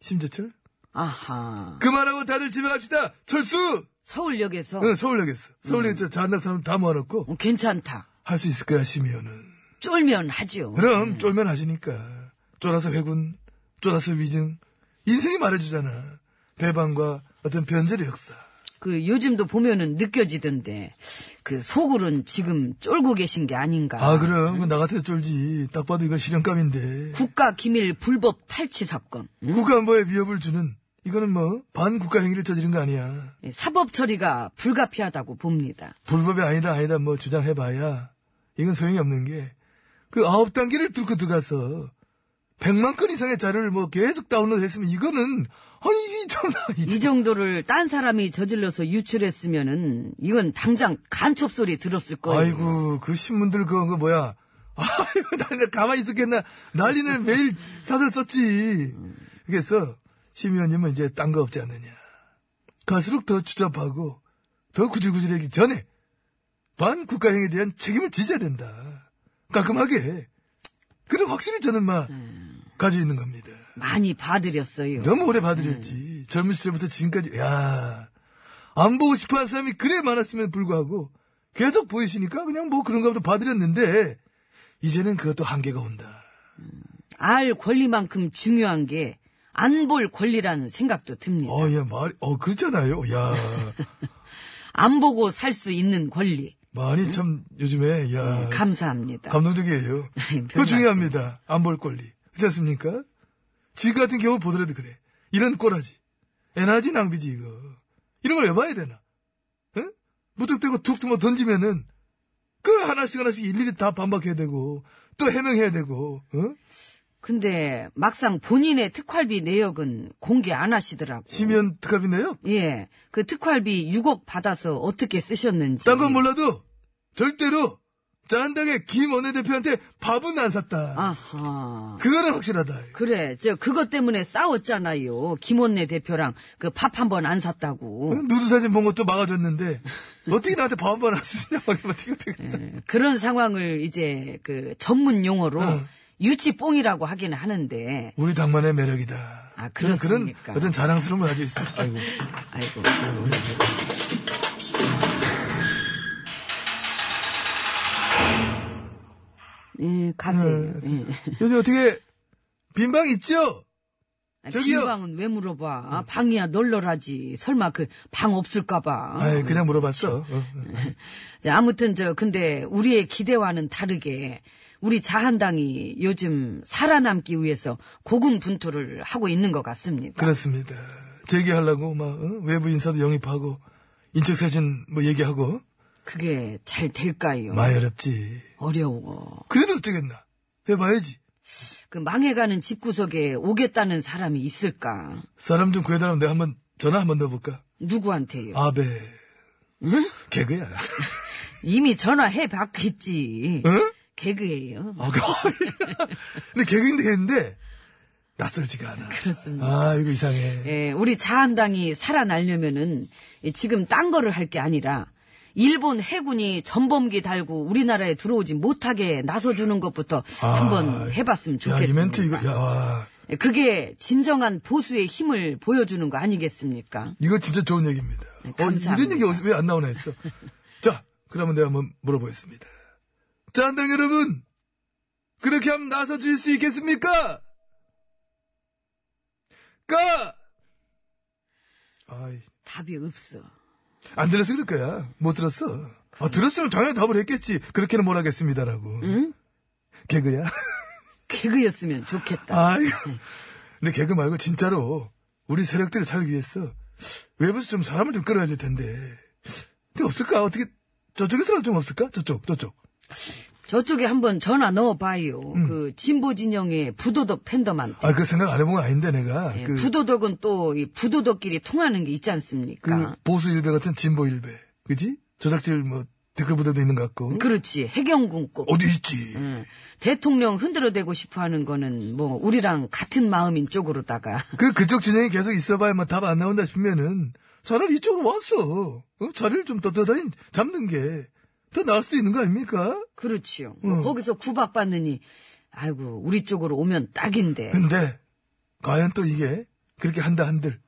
Speaker 6: 심재철?
Speaker 4: 아하.
Speaker 6: 그만하고 다들 집에 갑시다. 철수!
Speaker 4: 서울역에서
Speaker 6: 응, 서울역에서. 서울역에서 자한당 사람 다 모아놓고
Speaker 4: 어, 괜찮다.
Speaker 6: 할 수 있을 거야, 심의원은.
Speaker 4: 쫄면 하죠.
Speaker 6: 그럼 쫄면 하시니까 쫄아서 회군, 쫄아서 위증 인생이 말해주잖아. 배반과 어떤 변절의 역사.
Speaker 4: 그 요즘도 보면은 느껴지던데 그 속으론 지금 쫄고 계신 게 아닌가.
Speaker 6: 아, 그럼. 그건 나 같아서 쫄지. 딱 봐도 이거 실현감인데.
Speaker 4: 국가 기밀 불법 탈취 사건. 응?
Speaker 6: 국가안보에 위협을 주는, 이거는 뭐, 반국가행위를 저지른 거 아니야.
Speaker 4: 예, 사법 처리가 불가피하다고 봅니다.
Speaker 6: 불법이 아니다, 아니다, 뭐, 주장해봐야. 이건 소용이 없는 게, 그 아홉 단계를 뚫고 들어가서, 백만 건 이상의 자료를 뭐, 계속 다운로드 했으면, 이거는, 아니, 이 참나,
Speaker 4: 이
Speaker 6: 이
Speaker 4: 정도를 딴 사람이 저질러서 유출했으면은 이건 당장 간첩 소리 들었을 거예요.
Speaker 6: 아이고, 그 신문들 그거, 그거 뭐야. 아이고, 난리, 가만히 있었겠나. 난리는 매일 사설 썼지. 그래서, 심 의원님은 이제 딴 거 없지 않느냐. 갈수록 더 추잡하고, 더 구질구질하기 전에, 반국가행에 대한 책임을 지져야 된다. 깔끔하게. 그런 확신을 저는 막, 가지고 있는 겁니다.
Speaker 4: 많이 봐드렸어요.
Speaker 6: 너무 오래 봐드렸지. 젊은 시절부터 지금까지, 야. 안 보고 싶어 하는 사람이 그래 많았으면 불구하고, 계속 보이시니까 그냥 뭐 그런가 보다 봐드렸는데, 이제는 그것도 한계가 온다.
Speaker 4: 알 권리만큼 중요한 게 안 볼 권리라는 생각도 듭니다.
Speaker 6: 어, 야, 말, 어, 그렇잖아요. 야.
Speaker 4: 안 보고 살 수 있는 권리.
Speaker 6: 많이 참, 요즘에, 야.
Speaker 4: 음, 감사합니다.
Speaker 6: 감동적이에요. 그거
Speaker 4: 별
Speaker 6: 중요합니다. 안 볼 권리. 그렇지 않습니까? 지 같은 경우 보더라도 그래. 이런 꼬라지. 에너지 낭비지, 이거. 이런 걸 왜 봐야 되나? 응? 무턱대고 툭툭 뭐 던지면은, 그 하나씩 하나씩 일일이 다 반박해야 되고, 또 해명해야 되고, 응?
Speaker 4: 근데 막상 본인의 특활비 내역은 공개 안 하시더라고.
Speaker 6: 심연 특합이 네요
Speaker 4: 예. 그 특활비 6억 받아서 어떻게 쓰셨는지.
Speaker 6: 딴 건 몰라도, 절대로, 자한당의 김 원내대표한테 밥은 안 샀다.
Speaker 4: 아하.
Speaker 6: 그거는 확실하다.
Speaker 4: 그래, 저 그것 때문에 싸웠잖아요. 김원내 대표랑 그 밥 한 번 안 샀다고.
Speaker 6: 누드 사진 본 것도 막아줬는데, 어떻게 나한테 밥 한 번 안 주냐, 막 이러면 어떻게 어떻게.
Speaker 4: 예. 그런 상황을 이제 그 전문 용어로
Speaker 6: 어.
Speaker 4: 유치뽕이라고 하기는 하는데,
Speaker 6: 우리 당만의 매력이다.
Speaker 4: 아,
Speaker 6: 저는 그런
Speaker 4: 그렇습니까?
Speaker 6: 어떤 자랑스러운 걸 가지고 있어요. 아이고.
Speaker 4: 아이고. 예,
Speaker 6: 아,
Speaker 4: 가세요. 예.
Speaker 6: 요즘 어떻게 빈방 있죠?
Speaker 4: 아,
Speaker 6: 저기요.
Speaker 4: 빈방은 왜 물어봐? 아, 방이야 널널하지. 설마 그 방 없을까봐.
Speaker 6: 아이, 그냥 물어봤어. 어, 어.
Speaker 4: 자, 아무튼 저 근데 우리의 기대와는 다르게 우리 자한당이 요즘 살아남기 위해서 고군분투를 하고 있는 것 같습니다.
Speaker 6: 그렇습니다. 재개하려고 막 어? 외부 인사도 영입하고 인적 사진 뭐 얘기하고
Speaker 4: 게잘 될까요?
Speaker 6: 많이 어렵지.
Speaker 4: 어려워.
Speaker 6: 그래도 어쩌겠나? 해봐야지.
Speaker 4: 그 망해가는 집구석에 오겠다는 사람이 있을까?
Speaker 6: 사람 좀 구해달라면 내가 한번 전화 한번 넣어볼까?
Speaker 4: 누구한테요?
Speaker 6: 아베. 개그야.
Speaker 4: 이미 전화해 봤겠지.
Speaker 6: 응?
Speaker 4: 개그예요. 뭐
Speaker 6: 아, 그, 근데 개그인데 했는데 낯설지가 않아.
Speaker 4: 그렇습니다.
Speaker 6: 아, 이거 이상해.
Speaker 4: 예, 우리 자한당이 살아나려면은 이 지금 딴 거를 할 게 아니라 일본 해군이 전범기 달고 우리나라에 들어오지 못하게 나서주는 것부터 한번 해봤으면
Speaker 6: 아, 야,
Speaker 4: 좋겠습니다. 예,
Speaker 6: 이 멘트 이거, 야,
Speaker 4: 그게 진정한 보수의 힘을 보여주는 거 아니겠습니까?
Speaker 6: 이거 진짜 좋은 얘기입니다.
Speaker 4: 네,
Speaker 6: 어, 이런
Speaker 4: 감사합니다.
Speaker 6: 얘기 왜 안 나오나 했어. 자, 그러면 내가 한번 물어보겠습니다. 자, 한당 여러분! 그렇게 하면 나서줄 수 있겠습니까? 까! 아이,
Speaker 4: 답이 없어.
Speaker 6: 안 들었어, 그럴 거야. 못 들었어. 아, 들었으면 당연히 답을 했겠지. 그렇게는 못 하겠습니다라고.
Speaker 4: 응?
Speaker 6: 개그야?
Speaker 4: 개그였으면 좋겠다.
Speaker 6: 아이고. 근데 개그 말고 진짜로 우리 세력들이 살기 위해서 외부에서 좀 사람을 좀 끌어야 될 텐데. 근데 없을까? 어떻게 저쪽에서라도 좀 없을까? 저쪽, 저쪽.
Speaker 4: 저쪽에 한번 전화 넣어봐요.
Speaker 6: 음.
Speaker 4: 그 진보 진영의 부도덕 팬덤한테.
Speaker 6: 아, 그 생각 안 해본 거 아닌데 내가.
Speaker 4: 예,
Speaker 6: 그,
Speaker 4: 부도덕은 또 이 부도덕끼리 통하는 게 있지
Speaker 6: 그
Speaker 4: 않습니까?
Speaker 6: 보수 일배 같은 진보 일배. 그지? 조작질 뭐 댓글 부대도 있는 것 같고.
Speaker 4: 그, 렇지 해경군법.
Speaker 6: 어디 있지?
Speaker 4: 예, 대통령 흔들어대고 싶어 하는 거는 뭐 우리랑 같은 마음인 쪽으로다가
Speaker 6: 그 그쪽 진영이 계속 있어봐야 뭐 답 안 나온다 싶으면은 차라리 이쪽으로 왔어. 어? 자리를 좀 떳떳하게 잡는 게 더 나을 수 있는 거 아닙니까?
Speaker 4: 그렇지요. 뭐
Speaker 6: 음.
Speaker 4: 거기서 구박받느니 아이고 우리 쪽으로 오면 딱인데
Speaker 6: 근데 과연 또 이게 그렇게 한다 한들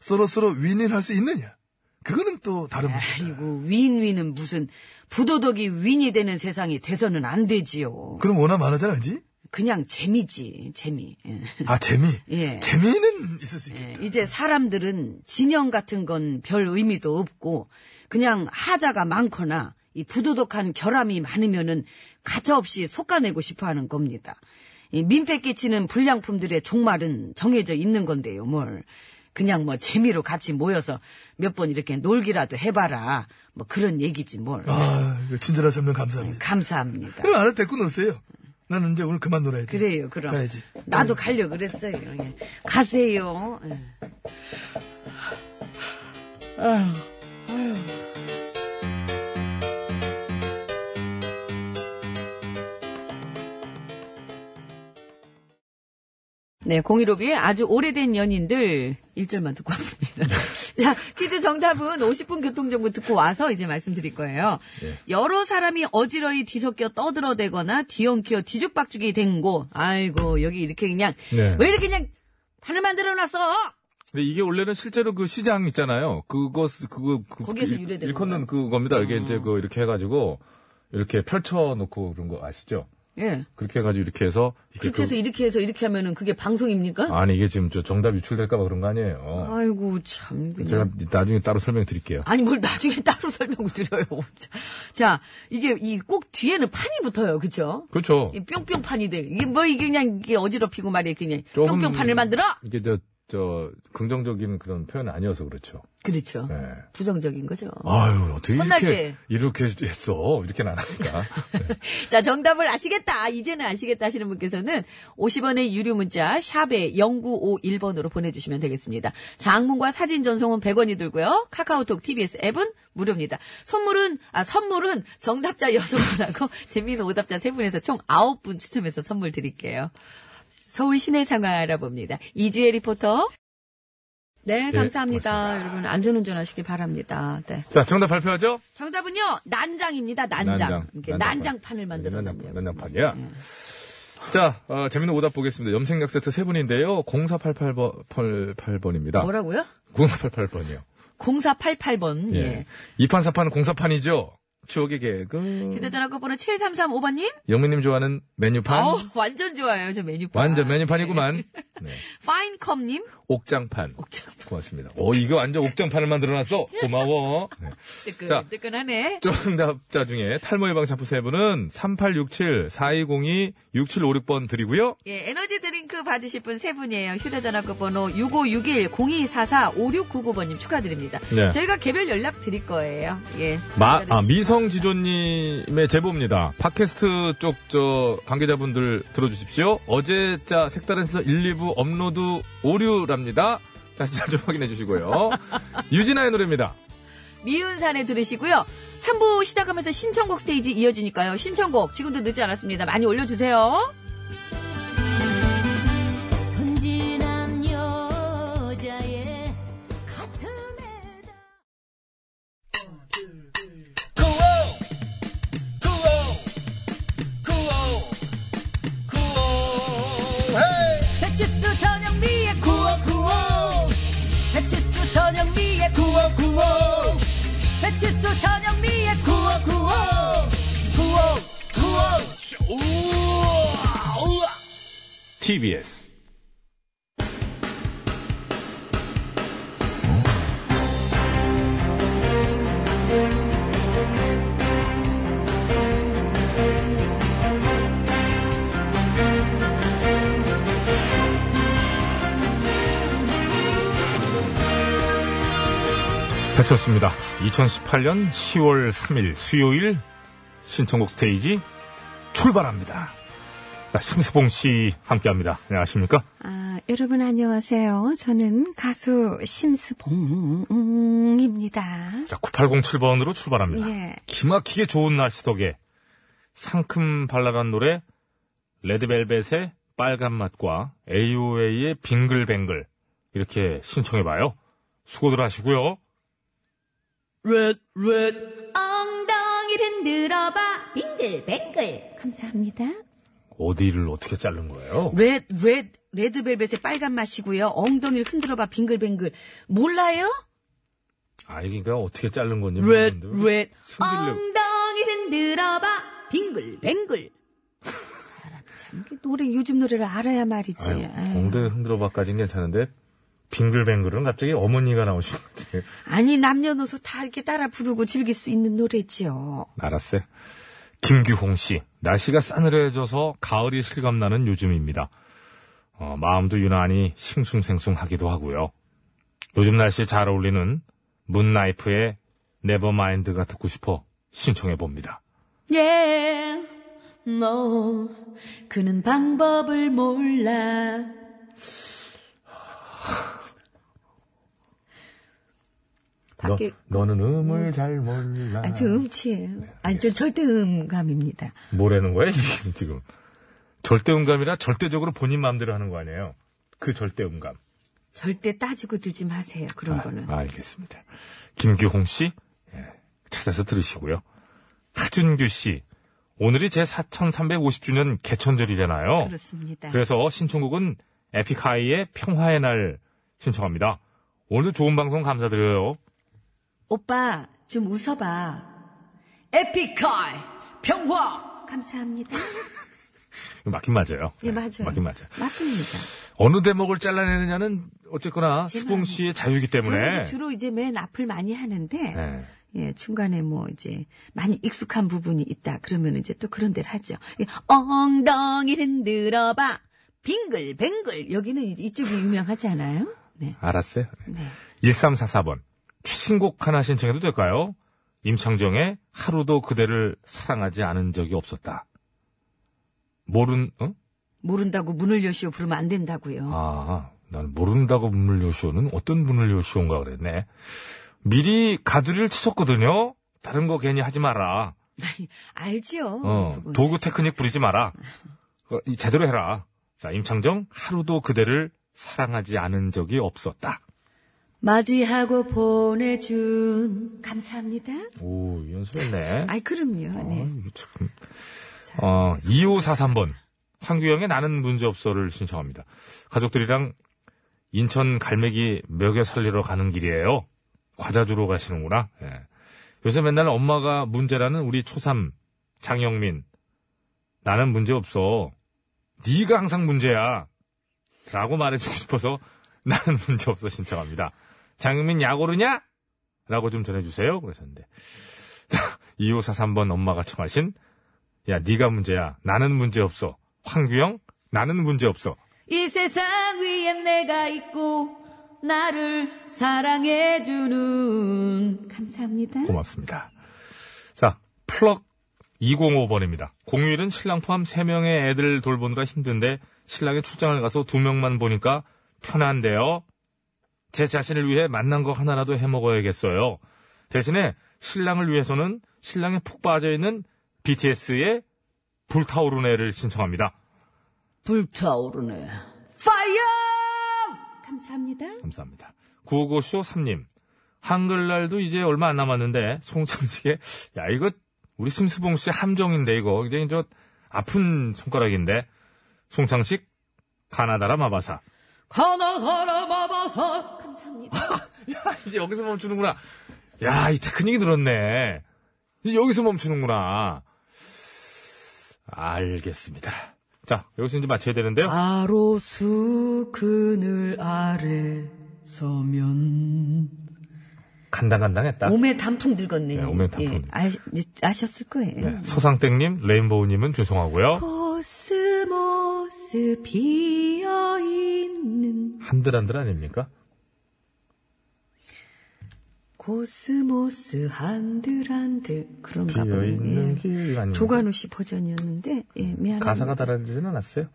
Speaker 6: 서로서로 윈윈할 수 있느냐? 그거는 또 다른 문제다.
Speaker 4: 아이고 윈윈은 무슨 부도덕이 윈이 되는 세상이 돼서는 안 되지요.
Speaker 6: 그럼 워낙 많아잖아, 그지?
Speaker 4: 그냥 재미지 재미. 예.
Speaker 6: 아, 재미.
Speaker 4: 예.
Speaker 6: 재미는 있을 수 있겠다.
Speaker 4: 예, 이제 사람들은 진영 같은 건 별 의미도 없고 그냥 하자가 많거나 이 부도덕한 결함이 많으면은 가차없이 솎아내고 싶어하는 겁니다. 이 민폐 끼치는 불량품들의 종말은 정해져 있는 건데요. 뭘 그냥 뭐 재미로 같이 모여서 몇 번 이렇게 놀기라도 해봐라 뭐 그런 얘기지 뭘.
Speaker 6: 아, 이거 친절한 설명
Speaker 4: 그러니까.
Speaker 6: 감사합니다.
Speaker 4: 감사합니다.
Speaker 6: 그럼 알아서 데리고 놓으세요. 나는 이제 오늘 그만 놀아야 돼.
Speaker 4: 그래요, 그럼.
Speaker 6: 가야지. 음.
Speaker 4: 나도 가려 그랬어요. 예. 가세요. 예. 네, 015B의 아주 오래된 연인들 1절만 듣고 왔습니다. 자, 퀴즈 정답은 50분 교통정보 듣고 와서 이제 말씀드릴 거예요. 여러 사람이 어지러이 뒤섞여 떠들어대거나 뒤엉켜 뒤죽박죽이 된 곳. 아이고, 여기 이렇게 그냥,
Speaker 3: 네.
Speaker 4: 왜 이렇게 그냥 판을 만들어놨어?
Speaker 3: 근데 이게 원래는 실제로 그 시장 있잖아요. 그것 그거 그
Speaker 4: 거기에서
Speaker 3: 일-
Speaker 4: 유래된 아.
Speaker 3: 일컫는 그겁니다. 이게 이제 그 이렇게 해가지고 이렇게 펼쳐놓고 그런 거 아시죠?
Speaker 4: 예.
Speaker 3: 그렇게 해가지고 이렇게 해서 이렇게
Speaker 4: 그렇게 해서 이렇게 해서 이렇게 하면은 그게
Speaker 3: 그-
Speaker 4: 방송입니까?
Speaker 3: 아니 이게 지금 저 정답 유출될까봐 그런 거 아니에요.
Speaker 4: 아, 이고 참. 그냥.
Speaker 3: 제가 나중에 따로 설명드릴게요.
Speaker 4: 아니 뭘 나중에 따로 설명을 드려요. 자, 자, 이게 이 꼭 뒤에는 판이 붙어요, 그렇죠?
Speaker 3: 그렇죠.
Speaker 4: 이 뿅뿅판이들 이게 뭐 이게 그냥 이게 어지럽히고 말이야 그냥
Speaker 3: 조금-
Speaker 4: 뿅뿅판을 만들어
Speaker 3: 이게 저, 저 긍정적인 그런 표현 아니어서 그렇죠.
Speaker 4: 그렇죠
Speaker 3: 네.
Speaker 4: 부정적인 거죠
Speaker 3: 아유 어떻게
Speaker 4: 혼날
Speaker 3: 이렇게
Speaker 4: 때.
Speaker 3: 이렇게 했어? 이렇게는 안 하니까.
Speaker 4: 자 정답을 아시겠다 이제는 아시겠다 하시는 분께서는 50원의 유료 문자 샵에 0951번으로 보내주시면 되겠습니다 장문과 사진 전송은 100원이 들고요 카카오톡 TBS 앱은 무료입니다 선물은 아 선물은 정답자 6분하고 재미있는 오답자 3분에서 총 9분 추첨해서 선물 드릴게요 서울 시내 상황 알아봅니다 이주혜 리포터 네, 감사합니다. 여러분, 안전운전 하시기 바랍니다. 네.
Speaker 3: 자 정답 발표하죠.
Speaker 4: 정답은요, 난장입니다, 난장.
Speaker 3: 난장.
Speaker 4: 이렇게
Speaker 3: 난장판.
Speaker 4: 난장. 판을 만들어 놨네요.
Speaker 3: 난장판이야. 자, 어, 재밌는 오답 보겠습니다. 염색약 세트 세 분인데요. 0488번, 88번입니다.
Speaker 4: 뭐라고요?
Speaker 3: 0488번이요.
Speaker 4: 0488번.
Speaker 3: 예.
Speaker 4: 예.
Speaker 3: 2판, 4판은 04판이죠? 추억의 개그.
Speaker 4: 휴대전화 끝번호 7335번님?
Speaker 3: 영민님 좋아하는 메뉴판.
Speaker 4: 어우, 아, 예. 완전 좋아요, 저 메뉴판.
Speaker 3: 완전 메뉴판이구만. 네.
Speaker 4: 파인컵님?
Speaker 3: 옥장판. 고맙습니다. 오, 이거 완전 옥장판을 만들어놨어. 고마워. 네. 자.
Speaker 4: 뜨끈뜨끈하네.
Speaker 3: 정답자 중에 탈모 예방 샴푸 세 분은 3867, 4202, 6756번 드리고요.
Speaker 4: 예, 에너지 드링크 받으실 분 세 분이에요. 휴대전화 끝번호 6561-0244-5699번님 축하드립니다.
Speaker 3: 네.
Speaker 4: 저희가 개별 연락 드릴 거예요. 예.
Speaker 3: 마,
Speaker 4: 기다려주시고요.
Speaker 3: 아, 미성지조님의 제보입니다. 팟캐스트 쪽 저 관계자분들 들어주십시오. 어제 자 색다른서 1, 2부 업로드 오류랍니다. 다시 잘 좀 확인해 주시고요. 유진아의 노래입니다.
Speaker 4: 미운산에 들으시고요. 3부 시작하면서 신청곡 스테이지 이어지니까요. 신청곡 지금도 늦지 않았습니다. 많이 올려주세요.
Speaker 7: 순진한 여자의 가슴에다
Speaker 5: TBS
Speaker 3: 배쳤습니다. 2018년 10월 3일 수요일 신청곡 스테이지 출발합니다. 자, 심수봉 씨 함께합니다. 안녕하십니까?
Speaker 8: 아, 여러분 안녕하세요. 저는 가수 심수봉입니다.
Speaker 3: 자, 9807번으로 출발합니다.
Speaker 8: 예.
Speaker 3: 기막히게 좋은 날씨 덕에 상큼 발랄한 노래 레드벨벳의 빨간 맛과 AOA의 빙글뱅글 이렇게 신청해봐요. 수고들 하시고요.
Speaker 4: 엉덩이를 흔들어봐 빙글뱅글
Speaker 8: 감사합니다.
Speaker 3: 어디를 어떻게 자른 거예요?
Speaker 4: 레드 레드 레드벨벳의 빨간 맛이고요 엉덩이를 흔들어봐 빙글뱅글 몰라요?
Speaker 3: 아, 이게 그러니까 어떻게 자른 건지
Speaker 4: 레드
Speaker 3: 모르겠는데 왜
Speaker 4: 레드
Speaker 3: 네. 숨기려고.
Speaker 4: 엉덩이를 흔들어봐 빙글뱅글
Speaker 8: 참, 이게 노래 요즘 노래를 알아야 말이지.
Speaker 4: 예,
Speaker 3: 아유,
Speaker 8: 아유.
Speaker 3: 엉덩이 흔들어봐까지는 괜찮은데 빙글뱅글은 갑자기 어머니가 나오신 것 같아요.
Speaker 8: 아니 남녀노소 다 이렇게 따라 부르고 즐길 수 있는 노래지요.
Speaker 3: 알았어요. 김규홍 씨, 날씨가 싸늘해져서 가을이 실감나는 요즘입니다. 어, 마음도 유난히 싱숭생숭하기도 하고요. 요즘 날씨에 잘 어울리는 문나이프의 네버마인드가 듣고 싶어 신청해 봅니다.
Speaker 4: 예, no. 그는 방법을 몰라. 밖에
Speaker 3: 너, 네, 는 음을 잘 몰라.
Speaker 8: 아주 음치예요. 아니 저 절대 음감입니다.
Speaker 3: 뭐라는 거야 지금 지금? 절대 음감이라 절대적으로 본인 마음대로 하는 거 아니에요? 그 절대 음감.
Speaker 8: 절대 따지고 들지 마세요. 그런
Speaker 3: 아,
Speaker 8: 거는.
Speaker 3: 알겠습니다. 김규홍 씨, 예, 찾아서 들으시고요. 하준규 씨, 오늘이 제 4,350주년 개천절이잖아요.
Speaker 8: 그렇습니다.
Speaker 3: 그래서 신청곡은 에픽하이의 평화의 날 신청합니다. 오늘도 좋은 방송 감사드려요.
Speaker 4: 오빠 좀 웃어봐. 에픽하이 평화.
Speaker 8: 감사합니다.
Speaker 3: 이거 맞긴 맞아요.
Speaker 8: 예
Speaker 3: 네,
Speaker 8: 맞아요.
Speaker 3: 맞긴 맞아요.
Speaker 8: 맞습니다.
Speaker 3: 어느 대목을 잘라내느냐는 어쨌거나 수봉 씨의 자유이기 때문에.
Speaker 8: 저는 주로 이제 맨 앞을 많이 하는데
Speaker 3: 예.
Speaker 8: 예, 중간에 뭐 이제 많이 익숙한 부분이 있다. 그러면 이제 또 그런 데를 하죠. 예, 엉덩이를 흔들어봐. 빙글뱅글. 여기는 이제 이쪽이 유명하지 않아요? 네.
Speaker 3: 알았어요. 네.
Speaker 8: 네.
Speaker 3: 1344번. 최신곡 하나 신청해도 될까요? 임창정의 하루도 그대를 사랑하지 않은 적이 없었다. 모른, 어?
Speaker 8: 모른다고 문을 여시오 부르면 안 된다고요.
Speaker 3: 아, 난 모른다고 문을 요시오는 어떤 문을 요시오인가 그랬네. 미리 가두리를 치셨거든요? 다른 거 괜히 하지 마라.
Speaker 8: 알지요.
Speaker 3: 어,
Speaker 8: 그거.
Speaker 3: 도구 테크닉 부리지 마라. 어, 이 제대로 해라. 자, 임창정, 하루도 그대를 사랑하지 않은 적이 없었다.
Speaker 4: 맞이하고 보내준
Speaker 8: 감사합니다.
Speaker 3: 네. 오, 연습했네.
Speaker 8: 아이 그럼요. 네.
Speaker 3: 아유, 참. 어, 2543번. 황규영의 나는 문제없어를 신청합니다. 가족들이랑 인천 갈매기 먹여 살리러 가는 길이에요. 과자 주러 가시는구나. 예. 요새 맨날 엄마가 문제라는 우리 초삼 장영민. 나는 문제없어. 네가 항상 문제야. 라고 말해주고 싶어서 나는 문제없어 신청합니다. 장영민 약오르냐? 라고 좀 전해주세요. 그러셨는데. 2543번 엄마가 청하신 야 네가 문제야 나는 문제 없어 황규영 나는 문제 없어
Speaker 4: 이 세상 위엔 내가 있고 나를 사랑해주는
Speaker 8: 감사합니다.
Speaker 3: 고맙습니다 자 플럭 205번입니다 공휴일은 신랑 포함 3명의 애들 돌보느라 힘든데 신랑이 출장을 가서 2명만 보니까 편한데요 제 자신을 위해 만난 거 하나라도 해먹어야겠어요 대신에 신랑을 위해서는 신랑에 푹 빠져있는 BTS의 불타오르네를 신청합니다
Speaker 4: 불타오르네. 파이어!
Speaker 8: 감사합니다.
Speaker 3: 감사합니다. 구호고쇼 3님. 한글날도 이제 얼마 안 남았는데, 송창식의, 야, 이거, 우리 심수봉 씨 함정인데, 이거. 굉장히 저, 아픈 손가락인데. 송창식, 가나다라 마바사.
Speaker 4: 가나 사람 아바사
Speaker 8: 감사합니다.
Speaker 3: 이제 여기서 멈추는구나. 야, 이 테크닉이 늘었네. 이제 여기서 멈추는구나. 알겠습니다. 자, 여기서 이제 맞춰야 되는데요.
Speaker 4: 아. 가로수 그늘 아래 서면
Speaker 3: 간당간당했다.
Speaker 4: 몸에 단풍 늙었네.
Speaker 3: 아. 네, 몸에 단풍
Speaker 4: 예, 아, 아셨을 거예요.
Speaker 3: 네, 서상땡님, 레인보우님은 죄송하고요.
Speaker 4: 어. 코스모스 비어 있는
Speaker 3: 한들한들 아닙니까?
Speaker 4: 코스모스 한들한들 그런가 보네요.
Speaker 3: 비어있는
Speaker 4: 예.
Speaker 3: 길 아닙니까?
Speaker 4: 조관우 씨 버전이었는데 예, 미안합니다.
Speaker 3: 가사가 달라지지는 않았어요.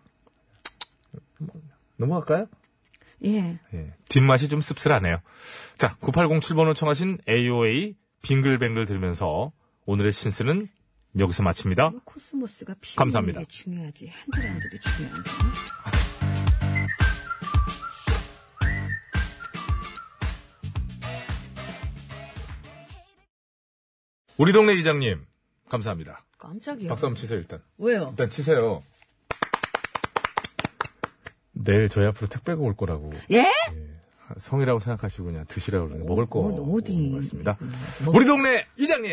Speaker 3: 넘어갈까요?
Speaker 4: 예.
Speaker 3: 예. 뒷맛이 좀 씁쓸하네요. 자, 9807번 요청하신 AOA 빙글뱅글 들으면서 오늘의 신스는 여기서 마칩니다.
Speaker 4: 코스모스가 피어있는
Speaker 3: 감사합니다.
Speaker 4: 게 중요하지 한들한들이 중요한 거.
Speaker 3: 우리 동네 이장님, 감사합니다.
Speaker 4: 깜짝이야.
Speaker 3: 박수 한번 치세요, 일단.
Speaker 4: 왜요?
Speaker 3: 일단 치세요. 내일 저희 앞으로 택배가 올 거라고.
Speaker 4: 예?
Speaker 3: 성이라고 생각하시고 그냥 드시라고 그러는데 먹을 거.
Speaker 4: 어, 어디?
Speaker 3: 맞습니다. 우리 동네 이장님!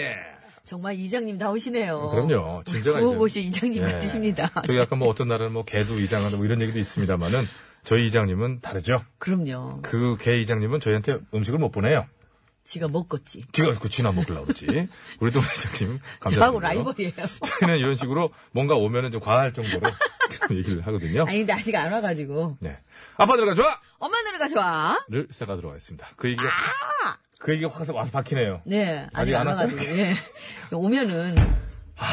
Speaker 4: 정말 이장님 나오시네요.
Speaker 3: 그럼요. 진정한 이장님.
Speaker 4: 구호고시 이장님
Speaker 3: 예.
Speaker 4: 같으십니다.
Speaker 3: 저희 아까 뭐 어떤 날은 뭐 개도 이장한다 뭐 이런 얘기도 있습니다만은 저희 이장님은 다르죠.
Speaker 4: 그럼요.
Speaker 3: 그 개 이장님은 저희한테 음식을 못 보내요.
Speaker 4: 지가 먹겠지.
Speaker 3: 지가 그 지나 먹으려고 그러지. 우리 동네 이장님 감사합니다.
Speaker 4: 저하고 라이벌이에요.
Speaker 3: 저희는 이런 식으로 뭔가 오면은 좀 과할 정도로 그런 얘기를 하거든요.
Speaker 4: 아니, 근데 아직 안 와가지고.
Speaker 3: 네. 아빠 들어가 좋아!
Speaker 4: 엄마 노래가 좋아.
Speaker 3: 를 세가 들어가겠습니다. 그 얘기가 그 얘기가 와서, 와서 박히네요.
Speaker 4: 아! 네, 아직,
Speaker 3: 아직
Speaker 4: 안
Speaker 3: 안 아.
Speaker 4: 와가지고. 예. 오면은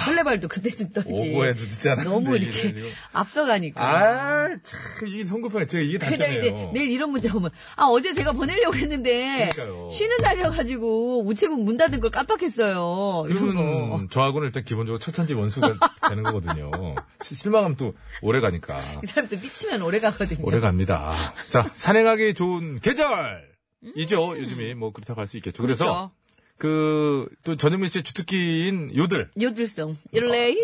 Speaker 4: 설레발도 그때쯤 떨지.
Speaker 3: 오고에도 듣지 않았는데
Speaker 4: 너무
Speaker 3: 얘기를
Speaker 4: 이렇게
Speaker 3: 지금.
Speaker 4: 앞서가니까.
Speaker 3: 아, 참, 이게 성급해요. 제가 이게
Speaker 4: 그러다
Speaker 3: 단점이에요.
Speaker 4: 이제 내일 이런 문제 오면 아 어제 제가 보내려고 했는데
Speaker 3: 그러니까요.
Speaker 4: 쉬는 날이어가지고 우체국 문 닫은 걸 깜빡했어요. 이런 거.
Speaker 3: 그러면 저하고는 일단 기본적으로 첫천지 원수가 되는 거거든요. 시- 실망하면 또 오래 가니까.
Speaker 4: 이 사람도 삐치면 오래 가거든요.
Speaker 3: 오래 갑니다. 자, 산행하기 좋은 계절! 이죠, 요즘이. 뭐, 그렇다고 할 수 있겠죠. 그래서, 그, 또, 전현민 씨의 주특기인 요들.
Speaker 4: 요들송. 이럴래.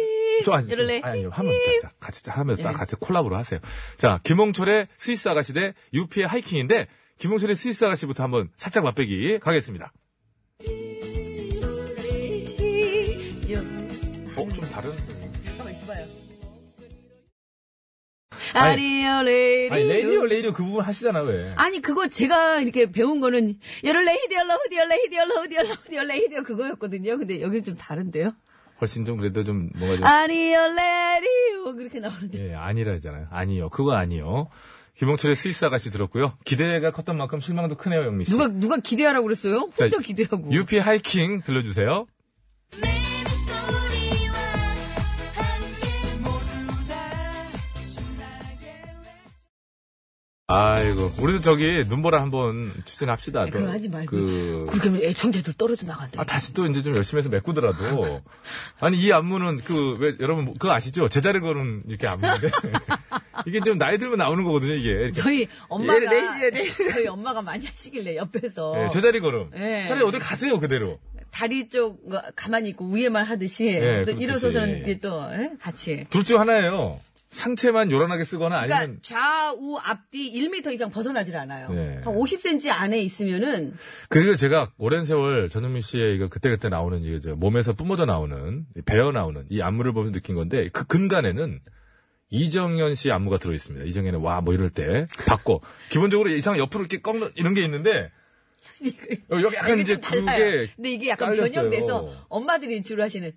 Speaker 3: 저, 아니,
Speaker 4: 이럴래.
Speaker 3: 어. 아니, 아니, 하면, 자, 자, 같이, 자, 하면서 딱 같이 콜라보로 하세요. 자, 김홍철의 스위스 아가씨 대 UP의 하이킹인데, 김홍철의 스위스 아가씨부터 한번 살짝 맛보기 가겠습니다. 어, 좀 다른.
Speaker 4: 잠깐만 있어봐요.
Speaker 3: 아니,
Speaker 4: 아니요, 레이디.
Speaker 3: 아니, 레이디오, 레이디오 그 부분 하시잖아, 왜.
Speaker 4: 아니, 그거 제가 이렇게 배운 거는, 여를 레이디얼러, 후디얼, 레이디얼, 후디얼, 후디얼, 레이디얼 그거였거든요. 근데 여기 좀 다른데요?
Speaker 3: 훨씬 좀 그래도 좀 뭔가 좀.
Speaker 4: 아니요, 레이디오. 뭐 그렇게 나오는데.
Speaker 3: 예, 아니라 하잖아요. 아니요. 그거 아니요. 김홍철의 스위스 아가씨 들었고요. 기대가 컸던 만큼 실망도 크네요, 영미 씨.
Speaker 4: 누가, 누가 기대하라고 그랬어요? 혼자
Speaker 3: 자,
Speaker 4: 기대하고.
Speaker 3: 유피 하이킹 들려주세요.
Speaker 7: 소리와 함께
Speaker 3: 아이고, 우리도 저기 눈보라 한번 추진합시다.
Speaker 4: 네, 그럼 하지 말고.
Speaker 3: 그-
Speaker 4: 그렇게 하면 애청자들 떨어져 나간다.
Speaker 3: 아, 다시 또 이제 좀 열심히 해서 메꾸더라도. 아니, 이 안무는 그, 왜, 여러분, 그거 아시죠? 제자를 거는 이렇게 안무인데. 이게 좀 나이 들면 나오는 거거든요, 이게. 이렇게.
Speaker 4: 저희 엄마가,
Speaker 3: 예, 레이디,
Speaker 4: 저희 엄마가 많이 하시길래 옆에서
Speaker 3: 예, 제자리 걸음.
Speaker 4: 어. 예.
Speaker 3: 차라리 어딜 가세요, 그대로.
Speaker 4: 다리 쪽뭐 가만히 있고 위에만 하듯이
Speaker 3: 예,
Speaker 4: 또
Speaker 3: 그렇듯이.
Speaker 4: 일어서서는
Speaker 3: 예.
Speaker 4: 이제 또 예? 같이
Speaker 3: 둘 중 하나예요. 상체만 요란하게 쓰거나
Speaker 4: 그러니까
Speaker 3: 아니면
Speaker 4: 좌우 앞뒤 1m 이상 벗어나질 않아요.
Speaker 3: 네.
Speaker 4: 한 50cm 안에 있으면은
Speaker 3: 그리고 제가 오랜 세월 전현민 씨의 이거 그때그때 나오는 이게 저 몸에서 뿜어져 나오는 이 배어 나오는 이 안무를 보면서 느낀 건데 그 근간에는 이정현 씨 안무가 들어 있습니다. 이정현의 와 뭐 이럴 때 받고 기본적으로 이상 옆으로 이렇게 꺾는 이런 게 있는데
Speaker 4: 이거-
Speaker 3: 어, 여기 약간
Speaker 4: 이게
Speaker 3: 이제
Speaker 4: 좀 달라요.
Speaker 3: 그게
Speaker 4: 근데 이게 약간
Speaker 3: 깔렸어요.
Speaker 4: 변형돼서 엄마들이 주로 하시는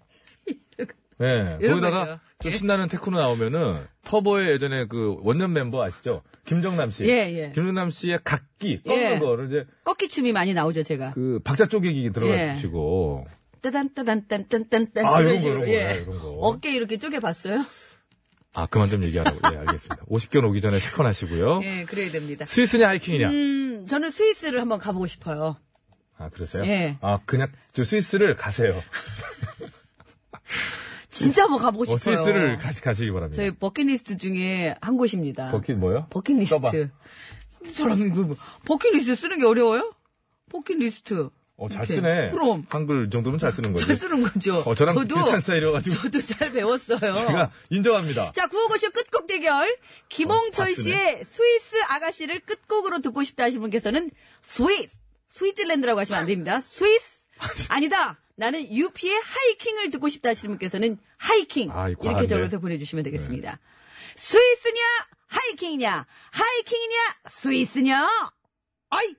Speaker 3: 예
Speaker 4: 이런
Speaker 3: 거기다가
Speaker 4: 거죠.
Speaker 3: 좀 신나는 테크노 나오면은 터보의 예전에 그 원년 멤버 아시죠? 김정남 씨.
Speaker 4: 예, 예.
Speaker 3: 김정남 씨의 각기 꺾는
Speaker 4: 예.
Speaker 3: 거를 이제
Speaker 4: 꺾기 춤이 많이 나오죠 제가.
Speaker 3: 그 박자 쪼개기 들어가
Speaker 4: 예.
Speaker 3: 주시고
Speaker 4: 따단 따단 딴딴 딴딴
Speaker 3: 아,
Speaker 4: 이런
Speaker 3: 이런 거,
Speaker 4: 식으로
Speaker 3: 이런 거,
Speaker 4: 예.
Speaker 3: 예, 이런 거.
Speaker 4: 어깨 이렇게 쪼개봤어요.
Speaker 3: 아 그만 좀 얘기하라고 예 알겠습니다. 50견 오기 전에 실컷하시고요.
Speaker 4: 예, 그래야 됩니다.
Speaker 3: 스위스냐 하이킹이냐?
Speaker 4: 음, 저는 스위스를 한번 가보고 싶어요.
Speaker 3: 아 그러세요?
Speaker 4: 예.
Speaker 3: 아 그냥 저 스위스를 가세요.
Speaker 4: 진짜 한번 가보고
Speaker 3: 어,
Speaker 4: 싶어요.
Speaker 3: 스위스를 가시, 가시기 바랍니다.
Speaker 4: 저희 버킷리스트 중에 한 곳입니다.
Speaker 3: 버킷 뭐요? 써봐.
Speaker 4: 버킷리스트. 이 사람이 이거 뭐- 버킷리스트 쓰는 게 어려워요? 버킷리스트.
Speaker 3: 어잘
Speaker 4: 이렇게.
Speaker 3: 쓰네.
Speaker 4: 그럼.
Speaker 3: 한글 정도면 잘 쓰는 거지.
Speaker 4: 잘 쓰는 거죠.
Speaker 3: 어 저랑
Speaker 4: 저도
Speaker 3: 비슷한 스타일이어가지고
Speaker 4: 저도 잘 배웠어요.
Speaker 3: 제가 인정합니다.
Speaker 4: 자, 구호고쇼 끝곡 대결.
Speaker 3: 어,
Speaker 4: 김홍철
Speaker 3: 다 쓰네.
Speaker 4: 씨의 스위스 아가씨를 끝곡으로 듣고 싶다 하신 분께서는 스위스, 스위트랜드라고 하시면 안 됩니다. 스위스, 아니다. 나는 UP의 하이킹을 듣고 싶다 하시는 분께서는 하이킹.
Speaker 3: 아, 이거
Speaker 4: 이렇게
Speaker 3: 과한데. 네.
Speaker 4: 적어서 보내주시면 되겠습니다. 스위스냐 하이킹이냐 하이킹이냐 스위스냐 아이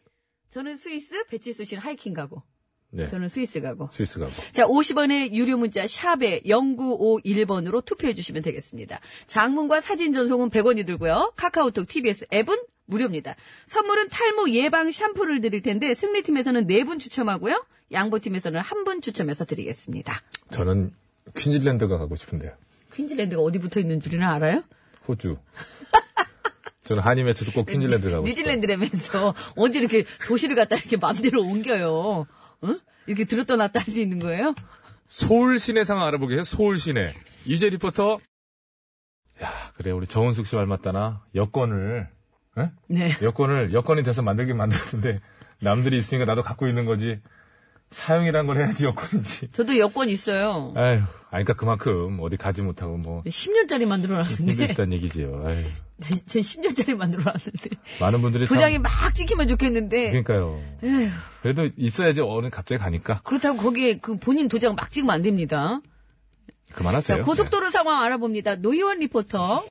Speaker 4: 저는 스위스 배치수 씨는 하이킹 가고
Speaker 3: 네.
Speaker 4: 저는 스위스 가고
Speaker 3: 스위스 가고.
Speaker 4: 자, 50원의 유료 문자 샵에 0951번으로 투표해 주시면 되겠습니다. 장문과 사진 전송은 100원이 들고요. 카카오톡, TBS 앱은 무료입니다. 선물은 탈모 예방 샴푸를 드릴 텐데 승리팀에서는 4분 추첨하고요. 양보팀에서는 1분 추첨해서 드리겠습니다.
Speaker 3: 저는 퀸즐랜드가 가고 싶은데요.
Speaker 4: 퀸즐랜드가 어디 붙어 있는 줄이나 알아요?
Speaker 3: 호주. 저는 한인매체도꼭 퀸즐랜드 가고 싶어요.
Speaker 4: 뉴질랜드라면서 언제 이렇게 도시를 갖다 이렇게 마음대로 옮겨요. 응? 이렇게 들었다 놨다 할 수 있는 거예요?
Speaker 3: 서울 시내 상황 알아보겠어요. 서울 시내. 유재 리포터. 야, 그래 우리 정은숙 씨 닮았다나 여권을 에?
Speaker 4: 네.
Speaker 3: 여권을 여건이 돼서 만들긴 만들었는데 남들이 있으니까 나도 갖고 있는 거지. 사용이란 걸 해야지 여권이지.
Speaker 4: 저도 여권 있어요.
Speaker 3: 아휴, 아니까 그러니까 그만큼 어디 가지 못하고 뭐
Speaker 4: 10년짜리 만들어 놨는데.
Speaker 3: 힘들다는 얘기지요. 아휴,
Speaker 4: 전 네, 10년짜리 만들어 놨는데.
Speaker 3: 많은 분들이 참-
Speaker 4: 도장이 막 찍히면 좋겠는데.
Speaker 3: 그러니까요. 그래도 있어야지 어른 갑자기 가니까
Speaker 4: 그렇다고 거기에 그 본인 도장 막 찍으면 안 됩니다.
Speaker 3: 그만하세요. 네.
Speaker 4: 자, 고속도로 상황 알아봅니다. 노희원 리포터.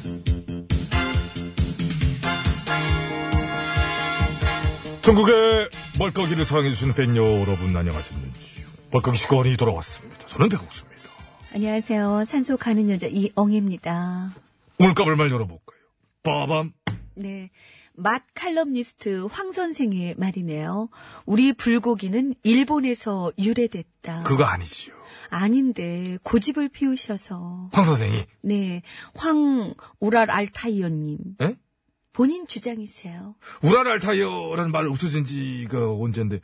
Speaker 3: 네. 전국의 멀거기를 사랑해주시는 팬 여러분 안녕하셨는지 멀거기 시간이 돌아왔습니다. 저는 백옥수입니다.
Speaker 8: 안녕하세요. 산소 가는 여자 이엉입니다.
Speaker 3: 오늘 까불말 열어볼까요? 빠밤
Speaker 8: 네. 맛 칼럼니스트 황 선생의 말이네요. 우리 불고기는 일본에서 유래됐다.
Speaker 3: 그거 아니지요.
Speaker 8: 아닌데 고집을 피우셔서
Speaker 3: 황 선생이
Speaker 8: 네. 황 우랄 알타이어님.
Speaker 3: 에?
Speaker 8: 본인 주장이세요.
Speaker 3: 우랄 알타이어라는 말 없어진 지가 언젠데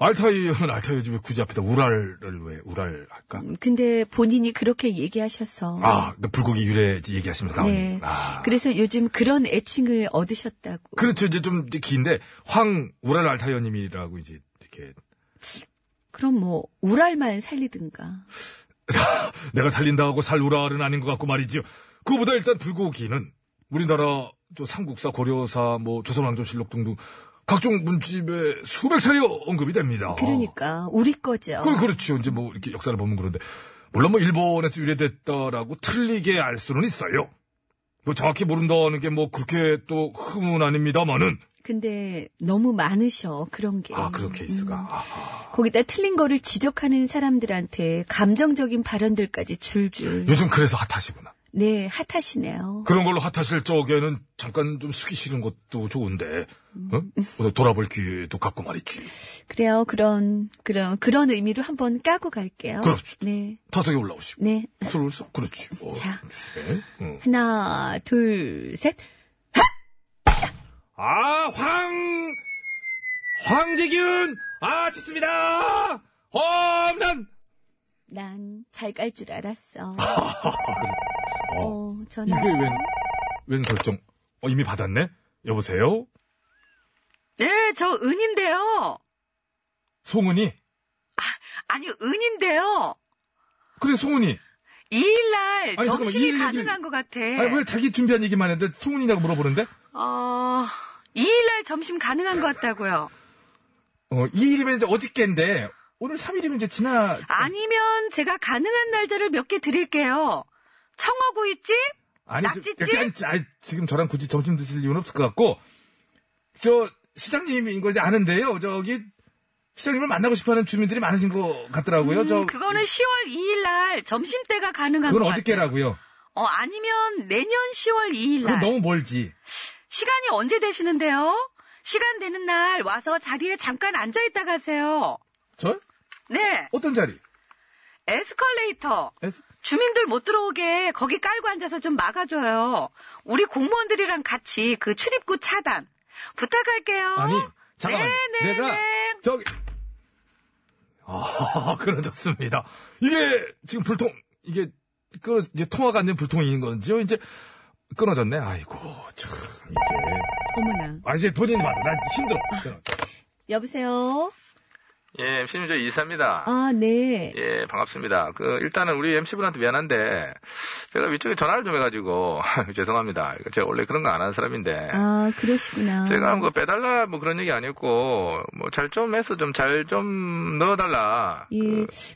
Speaker 3: 알타이어는 알타이어 집에 굳이 앞에다 우랄을 왜 우랄 할까?
Speaker 8: 음, 근데 본인이 그렇게 얘기하셔서
Speaker 3: 아, 그러니까 불고기 유래 얘기하시면서 나오는
Speaker 8: 네.
Speaker 3: 아.
Speaker 8: 그래서 요즘 그런 애칭을 얻으셨다고.
Speaker 3: 그렇죠. 이제 좀 이제 긴데 황 우랄 알타이어님이라고 이제 이렇게
Speaker 8: 그럼 뭐 우랄만 살리든가.
Speaker 3: 내가 살린다 하고 살 우랄은 아닌 것 같고 말이지요. 그거보다 일단 불고기는 우리나라 저 삼국사, 고려사, 뭐 조선왕조실록 등등 각종 문집에 수백 차례 언급이 됩니다.
Speaker 8: 그러니까 우리
Speaker 4: 아.
Speaker 8: 거죠.
Speaker 3: 그, 그렇죠. 이제 뭐, 이렇게 역사를 보면 그런데. 물론 뭐, 일본에서 유래됐다라고 틀리게 알 수는 있어요. 뭐, 정확히 모른다는 게 뭐, 그렇게 또 흠은 아닙니다만은.
Speaker 8: 근데 너무 많으셔 그런 게. 음.
Speaker 3: 아, 그런 케이스가. 아하.
Speaker 8: 거기다 틀린 거를 지적하는 사람들한테 감정적인 발언들까지 줄줄.
Speaker 3: 요즘 그래서 핫하시구나.
Speaker 8: 네, 핫하시네요.
Speaker 3: 그런 걸로 핫하실 적에는 잠깐 좀 숙이시는 것도 좋은데, 어? 오늘 돌아볼 기회도 갖고 말이지.
Speaker 8: 그래요. 그런 그런 그런 의미로 한번 까고 갈게요.
Speaker 3: 그렇죠.
Speaker 8: 네.
Speaker 3: 타석에 올라오시고.
Speaker 8: 네.
Speaker 3: 술술 그렇지. 어,
Speaker 8: 자.
Speaker 3: 네. 응.
Speaker 8: 하나, 둘, 셋.
Speaker 3: 아, 황! 황재균! 아, 좋습니다! 홈런!
Speaker 8: 난 잘 깔 줄 알았어. 어, 전화.
Speaker 3: 이게 웬, 웬 설정? 어, 이미 받았네? 여보세요?
Speaker 4: 네, 저 은인데요.
Speaker 3: 송은이?
Speaker 4: 아니, 은인데요.
Speaker 3: 그래, 송은이.
Speaker 4: 2일날
Speaker 3: 아니, 잠깐만,
Speaker 4: 정식이
Speaker 3: 이일,
Speaker 4: 가능한
Speaker 3: 이일.
Speaker 4: 것 같아.
Speaker 3: 아니, 왜 자기 준비한 얘기만 했는데 송은이냐고 물어보는데?
Speaker 4: 어, 2일날 점심 가능한 것 같다고요.
Speaker 3: 어, 2일이면 이제 어저께인데, 오늘 3일이면 이제 지나.
Speaker 4: 아니면 제가 가능한 날짜를 몇 개 드릴게요. 청어구이집?
Speaker 3: 아니, 저-
Speaker 4: 낙지집?
Speaker 3: 아니, 저- 아니, 지금 저랑 굳이 점심 드실 이유는 없을 것 같고, 저, 시장님인 걸 이제 아는데요. 저기, 시장님을 만나고 싶어 하는 주민들이 많으신 것 같더라고요. 저,
Speaker 4: 음, 그거는 10월 2일날 점심때가 가능한
Speaker 3: 그건
Speaker 4: 것 같아요.
Speaker 3: 어저께라고요.
Speaker 4: 어, 아니면 내년
Speaker 3: 그건
Speaker 4: 10월 2일날.
Speaker 3: 너무 멀지.
Speaker 4: 시간이 언제 되시는데요? 시간 되는 날 와서 자리에 잠깐 앉아있다 가세요.
Speaker 3: 저?
Speaker 4: 네,
Speaker 3: 어떤 자리?
Speaker 4: 에스컬레이터.
Speaker 3: 에스-
Speaker 4: 주민들 못 들어오게 거기 깔고 앉아서 좀 막아줘요. 우리 공무원들이랑 같이 그 출입구 차단. 부탁할게요.
Speaker 3: 아니, 잠깐만.
Speaker 4: 네, 네,
Speaker 3: 내가
Speaker 4: 네.
Speaker 3: 저기 아, 그러셨습니다. 이게 지금 불통 이게 그 이제 통화가 안 된 불통인 건지요? 이제 끊어졌네. 아이고, 참 이제
Speaker 8: 어머나.
Speaker 3: 아 이제 본인이 봐도 나 힘들어.
Speaker 8: 여보세요.
Speaker 3: 예, MC님 저 이사입니다.
Speaker 8: 아, 네.
Speaker 3: 예, 반갑습니다. 그, 일단은 우리 MC분한테 미안한데, 제가 위쪽에 전화를 좀 해가지고, 죄송합니다. 제가 원래 그런 거 안 하는 사람인데,
Speaker 8: 아, 그러시구나.
Speaker 3: 제가 뭐 빼달라 뭐 그런 얘기 아니었고, 뭐 잘 좀 해서 좀 잘 좀 넣어달라.
Speaker 8: 예,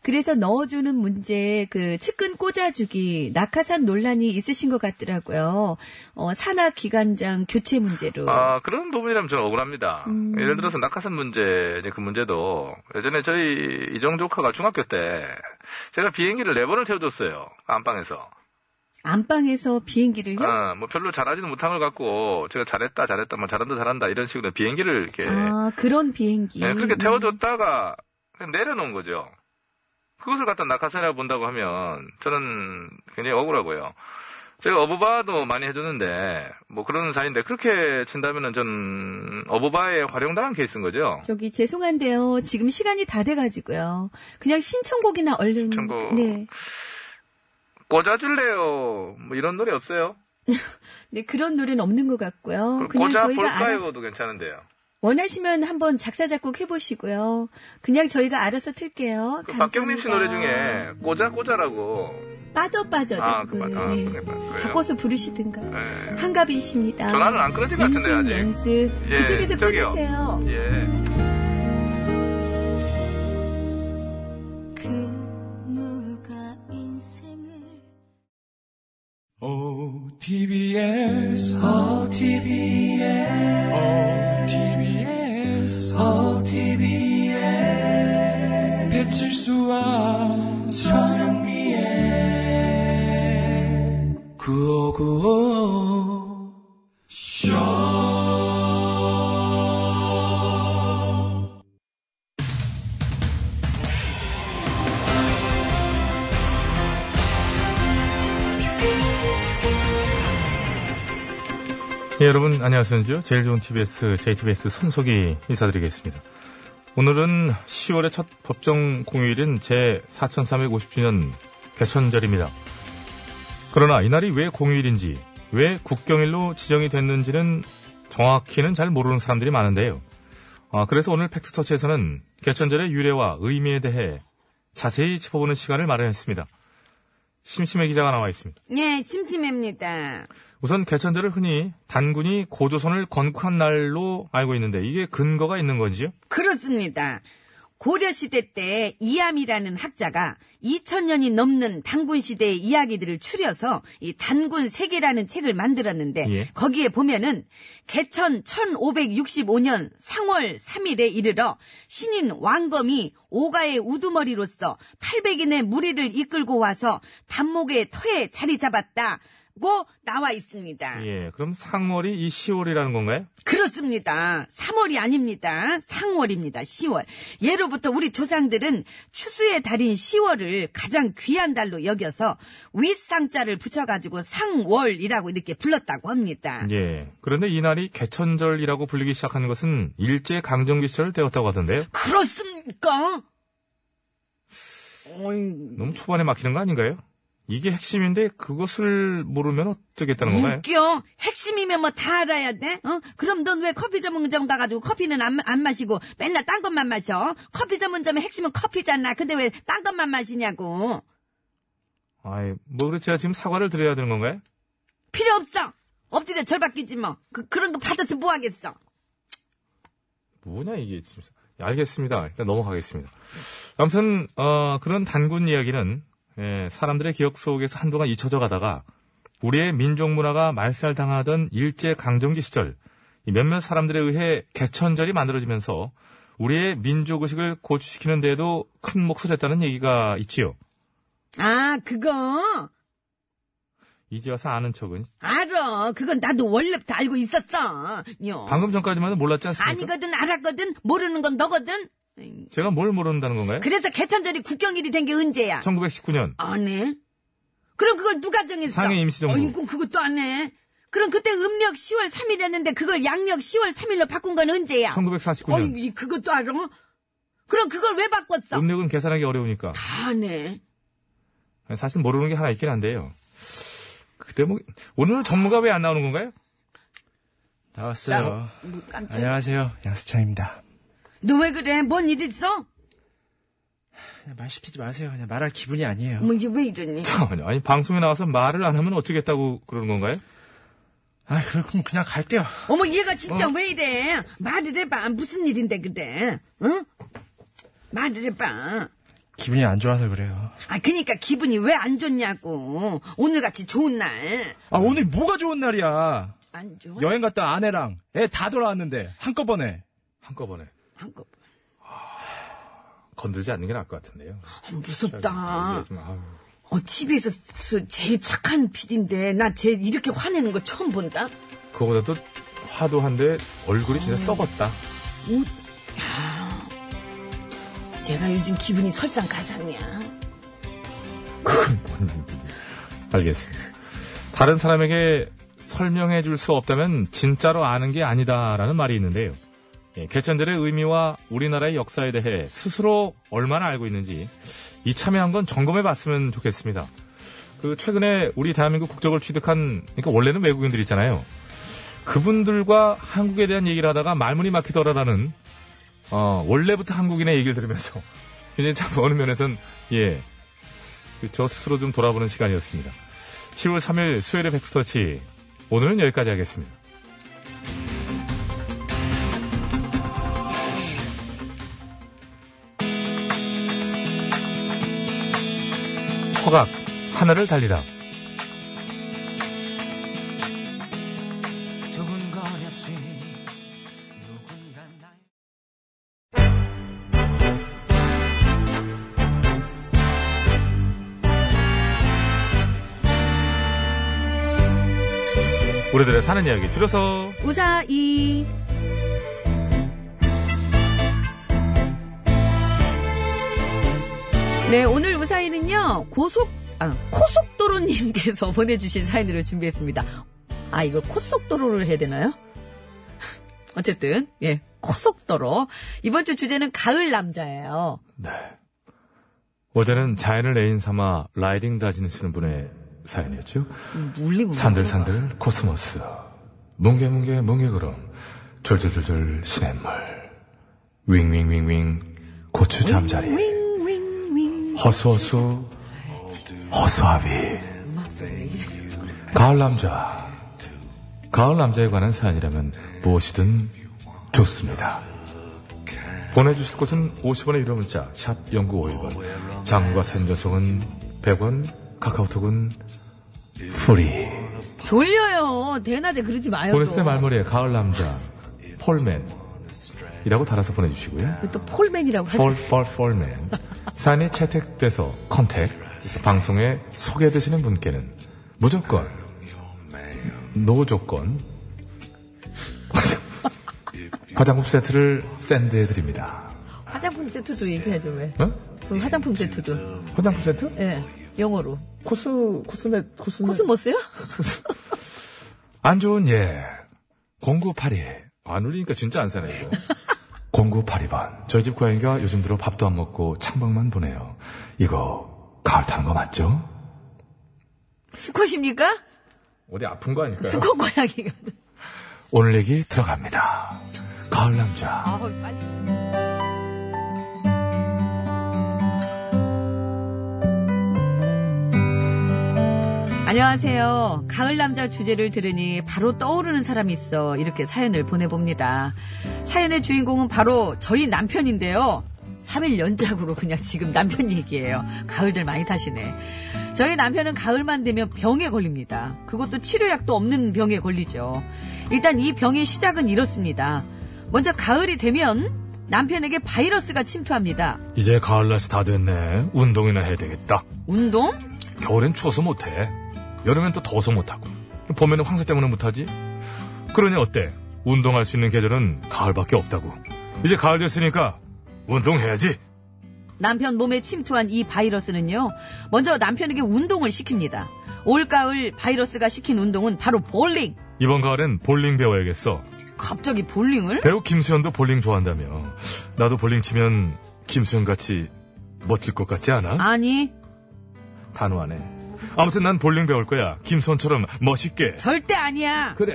Speaker 8: 그래서 넣어주는 문제, 그, 측근 꽂아주기, 낙하산 논란이 있으신 것 같더라고요. 어, 산악 기관장 교체 문제로.
Speaker 3: 아, 그런 부분이라면 저는 억울합니다.
Speaker 8: 음.
Speaker 3: 예를 들어서 낙하산 문제, 이제 그 문제도 예전에 저희 이종 조카가 중학교 때 제가 비행기를 네 번을 태워줬어요. 안방에서.
Speaker 8: 안방에서 비행기를요?
Speaker 3: 아, 뭐 별로 잘하지는 못한 걸 갖고 제가 잘했다, 잘했다, 뭐 잘한다, 잘한다 이런 식으로 비행기를 이렇게
Speaker 8: 아, 그런 비행기.
Speaker 3: 예, 그렇게
Speaker 8: 음.
Speaker 3: 태워줬다가 그냥 내려놓은 거죠. 그것을 갖다 낙하산이라고 본다고 하면 저는 굉장히 억울하고요. 제가 어부바도 많이 해줬는데 뭐 그런 사이인데 그렇게 친다면은 전 어부바에 활용당한 케이스인 거죠.
Speaker 8: 저기, 죄송한데요. 지금 시간이 다 돼가지고요. 그냥 신청곡이나 얼른.
Speaker 3: 신청곡.
Speaker 8: 네.
Speaker 3: 꽂아줄래요? 뭐 이런 노래 없어요?
Speaker 8: 네, 그런 노래는 없는 것 같고요.
Speaker 3: 그럼
Speaker 8: 어, 그냥 저희가 알아서.
Speaker 3: 꽂아볼까요도 괜찮은데요.
Speaker 8: 원하시면 한번 작사, 작곡 해보시고요. 그냥 저희가 알아서 틀게요.
Speaker 3: 그 박경림 씨 노래
Speaker 8: 감사합니다. 음.
Speaker 3: 중에 꽂아 꽂아라고
Speaker 8: 빠져, 빠져죠.
Speaker 3: 아, 그
Speaker 8: 그거는.
Speaker 3: 맞- 아,
Speaker 8: 네.
Speaker 3: 그게 맞고요.
Speaker 8: 바꿔서 부르시든가.
Speaker 3: 예.
Speaker 8: 한갑이십니다.
Speaker 3: 전화는 안 끊어진 것 같은데
Speaker 8: 인생
Speaker 3: 아직.
Speaker 8: 연습.
Speaker 3: 예,
Speaker 8: 그쪽에서
Speaker 3: 저기요.
Speaker 8: 끊으세요.
Speaker 3: 예.
Speaker 7: 그 누가 인생을
Speaker 1: OTBS, OTBS, OTBS, OTBS. 배칠수와 전영미의 구호구호.
Speaker 3: 예, 여러분 안녕하세요. 제일 좋은 TBS, JTBS 손석희 인사드리겠습니다. 오늘은 10월의 첫 법정 공휴일인 제 4350주년 개천절입니다. 그러나 이날이 왜 공휴일인지, 왜 국경일로 지정이 됐는지는 정확히는 잘 모르는 사람들이 많은데요. 아, 그래서 오늘 팩트터치에서는 개천절의 유래와 의미에 대해 자세히 짚어보는 시간을 마련했습니다. 심심해 기자가 나와 있습니다.
Speaker 4: 예, 침침합니다.
Speaker 3: 우선 개천절을 흔히 단군이 고조선을 건국한 날로 알고 있는데 이게 근거가 있는 건지요?
Speaker 4: 그렇습니다. 고려시대 때 이암이라는 학자가 2000년이 넘는 단군 시대의 이야기들을 추려서 이 단군 세계라는 책을 만들었는데
Speaker 3: 예.
Speaker 4: 거기에 보면은 개천 1565년 3월 3일에 이르러 신인 왕검이 오가의 우두머리로서 800인의 무리를 이끌고 와서 단목의 터에 자리 잡았다고 나와 있습니다.
Speaker 3: 예, 그럼 상월이 이 10월이라는 건가요?
Speaker 4: 그렇습니다. 3월이 아닙니다. 상월입니다. 10월. 예로부터 우리 조상들은 추수의 달인 10월을 가장 귀한 달로 여겨서 윗상자를 붙여가지고 상월이라고 이렇게 불렀다고 합니다.
Speaker 3: 예. 그런데 이날이 개천절이라고 불리기 시작한 것은 일제 강점기 시절 때였다고 하던데요.
Speaker 4: 그렇습니까?
Speaker 3: 너무 초반에 막히는 거 아닌가요? 이게 핵심인데 그것을 모르면 어쩌겠다는
Speaker 6: 네.
Speaker 3: 건가요?
Speaker 4: 웃겨. 핵심이면 뭐 다 알아야 돼? 어? 그럼 넌 왜 커피 전문점 가가지고 커피는 안, 마- 안 마시고 맨날 딴 것만 마셔? 커피 전문점의 핵심은 커피잖아. 근데 왜 딴 것만 마시냐고.
Speaker 3: 아이, 뭐 그래 제가 지금 사과를 드려야 되는 건가요?
Speaker 4: 필요 없어. 엎드려 절 바뀌지 뭐. 그, 그런 거 받아서 뭐 하겠어.
Speaker 3: 뭐냐 이게 진짜. 예, 알겠습니다. 일단 넘어가겠습니다. 아무튼 어, 그런 단군 이야기는 예, 사람들의 기억 속에서 한동안 잊혀져 가다가 우리의 민족 문화가 말살당하던 일제 강점기 시절 이 몇몇 사람들에 의해 개천절이 만들어지면서 우리의 민족 의식을 고취시키는 데에도 큰 몫을 했다는 얘기가 있지요.
Speaker 4: 아, 그거?
Speaker 3: 이제 와서 아는 척은
Speaker 4: 알아. 그건 나도 원래부터 알고 있었어. 요.
Speaker 3: 방금 전까지만은 몰랐지 않습니까?
Speaker 4: 아니거든, 그 알았거든, 모르는 건 너거든. 에이,
Speaker 3: 제가 뭘 모른다는 건가요?
Speaker 4: 그래서 개천절이 국경일이 된 게 언제야?
Speaker 3: 1919년
Speaker 4: 안 해? 그럼 그걸 누가 정했어?
Speaker 3: 상해 임시정부.
Speaker 4: 아이고, 그것도 안 해. 그럼 그때 음력 10월 3일이었는데 그걸 양력 10월 3일로 바꾼 건 언제야?
Speaker 3: 1949년
Speaker 4: 어이, 그것도 알아? 그럼 그걸 왜 바꿨어?
Speaker 3: 음력은 계산하기 어려우니까
Speaker 4: 안 해.
Speaker 3: 사실 모르는 게 하나 있긴 한데요. 그때 뭐 오늘 전문가 왜 안 나오는 건가요?
Speaker 1: 나왔어요.
Speaker 4: 뭐, 깜짝이야.
Speaker 1: 안녕하세요. 양수창입니다.
Speaker 4: 너 왜 그래? 뭔 일 있어?
Speaker 1: 그냥 말 시키지 마세요. 그냥 말할 기분이 아니에요.
Speaker 4: 뭐 이게 왜 이러니?
Speaker 6: 잠깐만요. 아니, 방송에 나와서 말을 안 하면 어쩌겠다고 그러는 건가요?
Speaker 1: 아, 그럼 그냥 갈게요.
Speaker 4: 어머 얘가 진짜 왜 이래? 말을 해봐. 무슨 일인데 그래? 응? 말을 해봐.
Speaker 1: 기분이 안 좋아서 그래요.
Speaker 4: 아 그니까 기분이 왜 안 좋냐고. 오늘같이 좋은 날.
Speaker 1: 아, 오늘 뭐가 좋은 날이야.
Speaker 4: 안 좋아?
Speaker 1: 여행 갔다 아내랑 애 다 돌아왔는데 한꺼번에.
Speaker 6: 한꺼번에.
Speaker 4: 한꺼
Speaker 6: 건들지 않는 게 나을 것 같은데요.
Speaker 4: 아, 무섭다.
Speaker 6: 이게 좀, 아우.
Speaker 4: 어, TV에서 제일 착한 PD인데, 나 쟤 이렇게 화내는 거 처음 본다?
Speaker 6: 그거보다도 화도한데 얼굴이 진짜 썩었다.
Speaker 4: 제가 요즘 기분이 설상가상이야.
Speaker 6: 알겠습니다. 다른 사람에게 설명해 줄 수 없다면 진짜로 아는 게 아니다라는 말이 있는데요. 예, 개천들의 의미와 우리나라의 역사에 대해 스스로 얼마나 알고 있는지 이참에 한번 점검해 봤으면 좋겠습니다. 그 최근에 우리 대한민국 국적을 취득한 그러니까 원래는 외국인들 있잖아요. 그분들과 한국에 대한 얘기를 하다가 말문이 막히더라라는 어, 원래부터 한국인의 얘기를 들으면서 굉장히 참 어느 면에선 예, 그저 스스로 좀 돌아보는 시간이었습니다. 7월 3일 수요일의 백스터치 오늘은 여기까지 하겠습니다. 허각 하늘을 달리다.
Speaker 9: 두근거렸지 누군가 나
Speaker 6: 우리들의 사는 이야기 줄여서
Speaker 4: 우사이. 네, 오늘 우사이는요, 고속, 아, 고속도로님께서 보내주신 사연으로 준비했습니다. 아, 이걸 고속도로를 해야 되나요? 어쨌든, 예, 고속도로. 이번 주 주제는 가을 남자예요.
Speaker 6: 어제는 자연을 애인 삼아 라이딩 다지시는 분의 사연이었죠.
Speaker 4: 물리고.
Speaker 6: 산들산들 코스모스 뭉게뭉게 뭉게그름 졸졸졸졸 시냇물 윙윙윙윙 고추 잠자리 허수허수 허수아비 가을 남자 가을 남자에 관한 사연이라면 무엇이든 좋습니다 보내주실 곳은 50원의 유료 문자 샵 0951번 장과 사연 전송은 100원 카카오톡은 프리
Speaker 4: 졸려요. 대낮에 그러지 마요.
Speaker 6: 보냈을
Speaker 4: 또.
Speaker 6: 때 말머리에 가을 남자 폴맨 이라고 달아서 보내주시고요
Speaker 4: 또 폴맨이라고 하죠.
Speaker 6: 폴 폴 폴맨 사연이 채택돼서 컨택 방송에 소개되시는 분께는 무조건 노 조건 화장품 세트를 샌드해드립니다
Speaker 4: 화장품 세트도 얘기하죠, 왜.
Speaker 6: 어?
Speaker 4: 그 화장품 세트도.
Speaker 6: 화장품 세트?
Speaker 4: 예. 영어로.
Speaker 6: 코스 코스메 코스메
Speaker 4: 코스모스요?
Speaker 6: 안 좋은 예. 아, 0982. 안 울리니까 그러니까 진짜 안 사네, 이거. 0982번. 저희 집 고양이가 요즘 들어 밥도 안 먹고 창밖만 보네요. 이거, 가을 탄 거 맞죠?
Speaker 4: 수컷입니까?
Speaker 6: 어디 아픈 거 아닐까요?
Speaker 4: 수컷 고양이가.
Speaker 6: 오늘 얘기 들어갑니다. 가을 남자.
Speaker 4: 아, 빨리. 안녕하세요. 가을 남자 주제를 들으니 바로 떠오르는 사람이 있어 이렇게 사연을 보내봅니다. 사연의 주인공은 바로 저희 남편인데요. 3일 연작으로 그냥 지금 남편 얘기예요. 가을들 많이 타시네. 저희 남편은 가을만 되면 병에 걸립니다. 그것도 치료약도 없는 병에 걸리죠. 일단 이 병의 시작은 이렇습니다. 먼저 가을이 되면 남편에게 바이러스가 침투합니다.
Speaker 6: 이제 가을날씨 다 됐네. 운동이나 해야 되겠다.
Speaker 4: 운동?
Speaker 6: 겨울엔 추워서 못해. 여름엔 또 더워서 못하고. 봄에는 황사 때문에 못하지. 그러니 어때? 운동할 수 있는 계절은 가을밖에 없다고. 이제 가을 됐으니까 운동해야지.
Speaker 4: 남편 몸에 침투한 이 바이러스는요, 먼저 남편에게 운동을 시킵니다. 올가을 바이러스가 시킨 운동은 바로 볼링!
Speaker 6: 이번 가을엔 볼링 배워야겠어.
Speaker 4: 갑자기 볼링을?
Speaker 6: 배우 김수현도 볼링 좋아한다며. 나도 볼링 치면 김수현 같이 멋질 것 같지 않아?
Speaker 4: 아니,
Speaker 6: 단호하네. 아무튼 난 볼링 배울 거야. 김수현처럼 멋있게.
Speaker 4: 절대 아니야!
Speaker 6: 그래.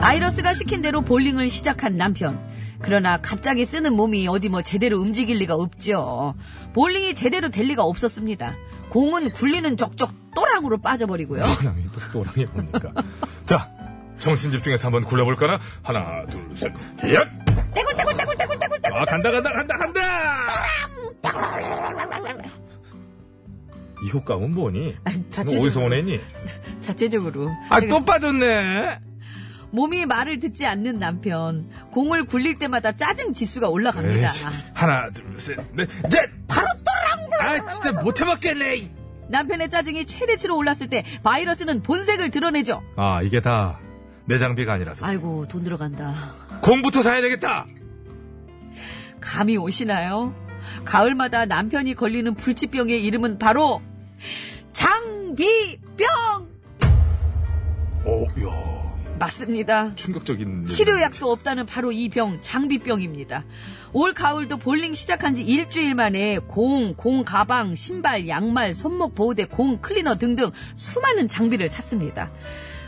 Speaker 4: 아이러스가 시킨 대로 볼링을 시작한 남편. 그러나 갑자기 쓰는 몸이 어디 뭐 제대로 움직일 리가 없죠. 볼링이 제대로 될 리가 없었습니다. 공은 굴리는 적적 또랑으로 빠져버리고요.
Speaker 3: 또랑이 또 또랑이 뭡니까? 자, 정신 집중해서 한번 굴려볼까나? 하나, 둘, 셋, 야! 떼굴떼굴떼굴떼굴떼굴떼굴. 아 간다 간다 간다 간다. 이 효과음은 뭐니?
Speaker 4: 아,
Speaker 3: 너 어디서 오네니?
Speaker 4: 자체적으로.
Speaker 3: 아또 빠졌네.
Speaker 4: 몸이 말을 듣지 않는 남편. 공을 굴릴 때마다 짜증 지수가 올라갑니다.
Speaker 3: 에이씨, 하나, 둘, 셋, 넷, 넷. 바로 또랑. 아 진짜 못해 먹겠네. 이.
Speaker 4: 남편의 짜증이 최대치로 올랐을 때 바이러스는 본색을 드러내죠.
Speaker 3: 아 이게 다. 내 장비가 아니라서
Speaker 4: 아이고, 돈 들어간다.
Speaker 3: 공부터 사야 되겠다.
Speaker 4: 감이 오시나요? 가을마다 남편이 걸리는 불치병의 이름은 바로 장비병!
Speaker 3: 오, 어, 야
Speaker 4: 맞습니다.
Speaker 3: 충격적인.
Speaker 4: 치료약도 없다는 바로 이 병, 장비병입니다. 올 가을도 볼링 시작한 지 일주일 만에 공, 공 가방, 신발, 양말, 손목 보호대, 공 클리너 등등 수많은 장비를 샀습니다.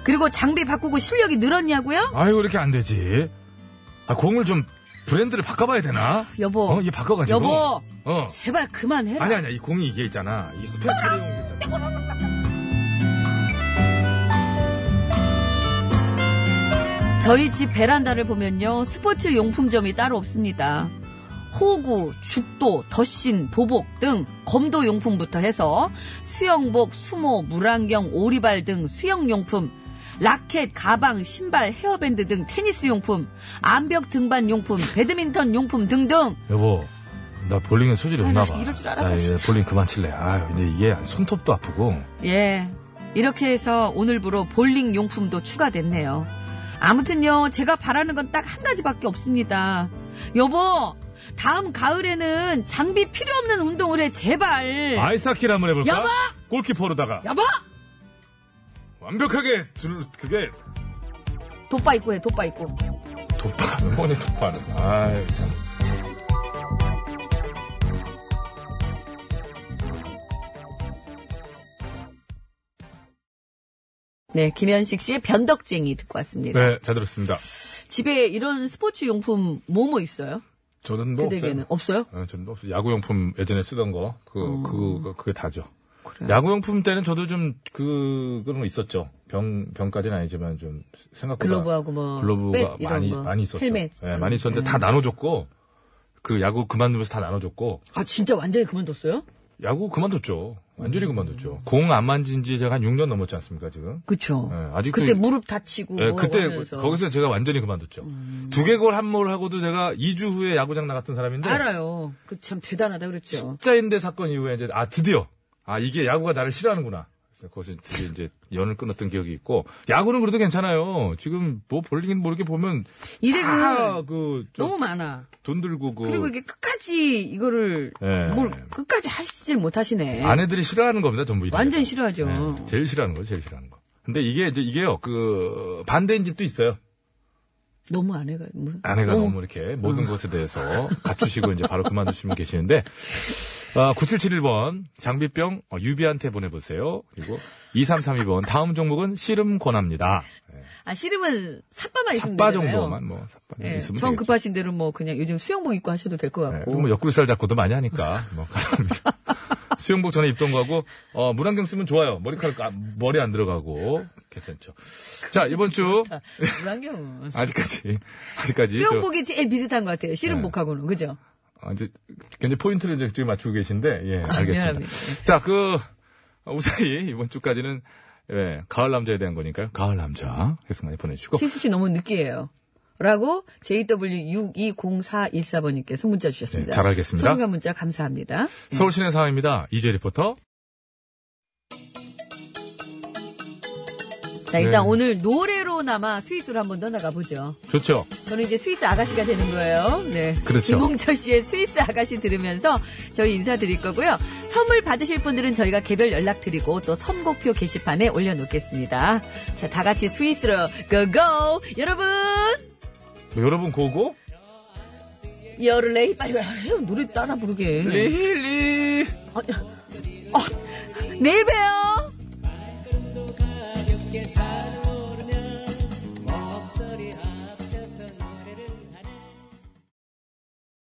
Speaker 4: 그리고 장비 바꾸고 실력이 늘었냐고요?
Speaker 3: 아이고 이렇게 안 되지. 아, 공을 좀 브랜드를 바꿔봐야 되나?
Speaker 4: 여보.
Speaker 3: 어, 얘 바꿔가지고.
Speaker 4: 여보,
Speaker 3: 어.
Speaker 4: 제발 그만해라.
Speaker 3: 아니 아니야 이 공이 이게 있잖아. 이게 스페셜 용이 있잖아.
Speaker 4: 저희 집 베란다를 보면요 스포츠 용품점이 따로 없습니다. 호구, 죽도, 덧신, 도복 등 검도 용품부터 해서 수영복, 수모, 물안경, 오리발 등 수영 용품, 라켓, 가방, 신발, 헤어밴드 등 테니스 용품, 암벽 등반 용품, 배드민턴 용품 등등
Speaker 3: 여보. 나 볼링에 소질이
Speaker 4: 아이,
Speaker 3: 예, 없나
Speaker 4: 나
Speaker 3: 봐.
Speaker 4: 이럴 줄 알았다,
Speaker 3: 아, 얘
Speaker 4: 진짜.
Speaker 3: 볼링 그만 칠래. 아, 근데 이게 손톱도 아프고.
Speaker 4: 예. 이렇게 해서 오늘부로 볼링 용품도 추가됐네요. 아무튼요, 제가 바라는 건 딱 한 가지밖에 없습니다. 여보, 다음 가을에는 장비 필요 없는 운동을 해, 제발.
Speaker 3: 아이스하키를 한번 해볼까?
Speaker 4: 네. 여보!
Speaker 3: 골키퍼로다가
Speaker 4: 여보!
Speaker 3: 완벽하게 둘 그게
Speaker 4: 돋바 입고 해, 돋바 입고.
Speaker 3: 도파는 뭐니 도파는. 아이 참.
Speaker 4: 네, 김현식 씨의 변덕쟁이 듣고 왔습니다.
Speaker 3: 네, 잘 들었습니다.
Speaker 4: 집에 이런 스포츠 용품 뭐뭐 있어요?
Speaker 3: 저는 뭐
Speaker 4: 그대에게는
Speaker 3: 없어요.
Speaker 4: 없어요?
Speaker 3: 어, 저는 뭐 없어요. 야구용품 예전에 쓰던 거, 그, 그, 그게 다죠.
Speaker 4: 어. 그래요?
Speaker 3: 야구용품 때는 저도 좀, 그, 그런 거 있었죠. 병, 병까지는 아니지만 좀 생각보다.
Speaker 4: 글로브하고 뭐
Speaker 3: 글로브가
Speaker 4: 백 이런
Speaker 3: 많이,
Speaker 4: 거.
Speaker 3: 많이 있었죠.
Speaker 4: 헬멧. 음.
Speaker 3: 예, 많이 있었는데 다 나눠줬고, 그 야구 그만두면서 다 나눠줬고,
Speaker 4: 아, 진짜 완전히 그만뒀어요?
Speaker 3: 야구 그만뒀죠. 완전히 그만뒀죠. 공 안 만진 지 제가 한 6년 넘었지 않습니까, 지금?
Speaker 4: 그쵸.
Speaker 3: 예, 아직도.
Speaker 4: 그때 무릎 다치고.
Speaker 3: 예,
Speaker 4: 뭐
Speaker 3: 그때
Speaker 4: 하면서. 음.
Speaker 3: 거기서 제가 완전히 그만뒀죠. 두개골 한몰 하고도 제가 2주 후에 야구장 나갔던 사람인데.
Speaker 4: 알아요. 그 참 대단하다 그랬죠.
Speaker 3: 십자인대 사건 이후에 이제 아 드디어 아 이게 야구가 나를 싫어하는구나. 그래서 그것이 드디어 이제 연을 끊었던 기억이 있고 야구는 그래도 괜찮아요. 지금 뭐 볼링은 모르게 보면
Speaker 4: 이득은
Speaker 3: 다그돈
Speaker 4: 그 너무 많아.
Speaker 3: 들고 아, 그
Speaker 4: 그리고 이게 끝까지 이거를
Speaker 3: 예.
Speaker 4: 뭘 끝까지 하시질 못하시네.
Speaker 3: 아내들이 싫어하는 겁니다. 전부 이런
Speaker 4: 완전
Speaker 3: 거.
Speaker 4: 싫어하죠.
Speaker 3: 예, 제일 싫어하는 거예요. 제일 싫어하는 거. 근데 이게 이제 이게요 그 반대인 집도 있어요.
Speaker 4: 너무 아내가 뭐.
Speaker 3: 아내가 너무 이렇게 모든 것에 대해서 갖추시고 이제 바로 그만두시면 계시는데, 아, 9771번, 장비병, 어, 유비한테 보내보세요. 그리고 2332번, 다음 종목은 씨름 권합니다.
Speaker 4: 아 씨름은 삿바만 있으면
Speaker 3: 삿바
Speaker 4: 되잖아요.
Speaker 3: 정도만, 뭐, 삿바 정도
Speaker 4: 예,
Speaker 3: 있으면
Speaker 4: 정
Speaker 3: 되겠죠.
Speaker 4: 급하신 대로 뭐 그냥 요즘 수영복 입고 하셔도 될 것
Speaker 3: 예,
Speaker 4: 같고.
Speaker 3: 뭐, 옆구리살 잡고도 많이 하니까, 뭐,
Speaker 4: 음.
Speaker 3: 가능합니다. 수영복 전에 입던 거하고, 어, 물안경 쓰면 좋아요. 머리카락, 아, 머리 안 들어가고, 괜찮죠. 자, 이번 주,
Speaker 4: 물안경은.
Speaker 3: 아직까지, 아직까지. 저- 네.
Speaker 4: 수영복이 제일 비슷한 것 같아요. 씨름복하고는 그죠?
Speaker 3: 아, 이제 굉장히 포인트를 이제 지금 맞추고 계신데, 예, 알겠습니다.
Speaker 4: 아, 미안합니다.
Speaker 3: 자, 그, 우사히 이번 주까지는, 예, 가을 남자에 대한 거니까요. 가을 남자. 계속 많이 보내주시고.
Speaker 4: 실수 씨 너무 느끼해요. 라고 JW620414번님께서 문자 주셨습니다.
Speaker 3: 네, 잘 알겠습니다.
Speaker 4: 소개한 문자 감사합니다.
Speaker 3: 서울 시내 상황입니다. 이재 리포터.
Speaker 4: 자, 일단
Speaker 3: 네.
Speaker 4: 오늘 노래로나마 스위스로 한번 떠나가 보죠.
Speaker 3: 좋죠.
Speaker 4: 저는 이제 스위스 아가씨가 되는 거예요. 네.
Speaker 3: 그렇죠.
Speaker 4: 김홍철 씨의 스위스 아가씨 들으면서 저희 인사드릴 거고요. 선물 받으실 분들은 저희가 개별 연락 드리고 또 선곡표 게시판에 올려놓겠습니다. 자, 다 같이 스위스로 고고! 여러분!
Speaker 3: 여러분 고고.
Speaker 4: 여를레이 빨리 와요. 노래 따라 부르게.
Speaker 3: 릴리.
Speaker 4: 어, 내일 봬요!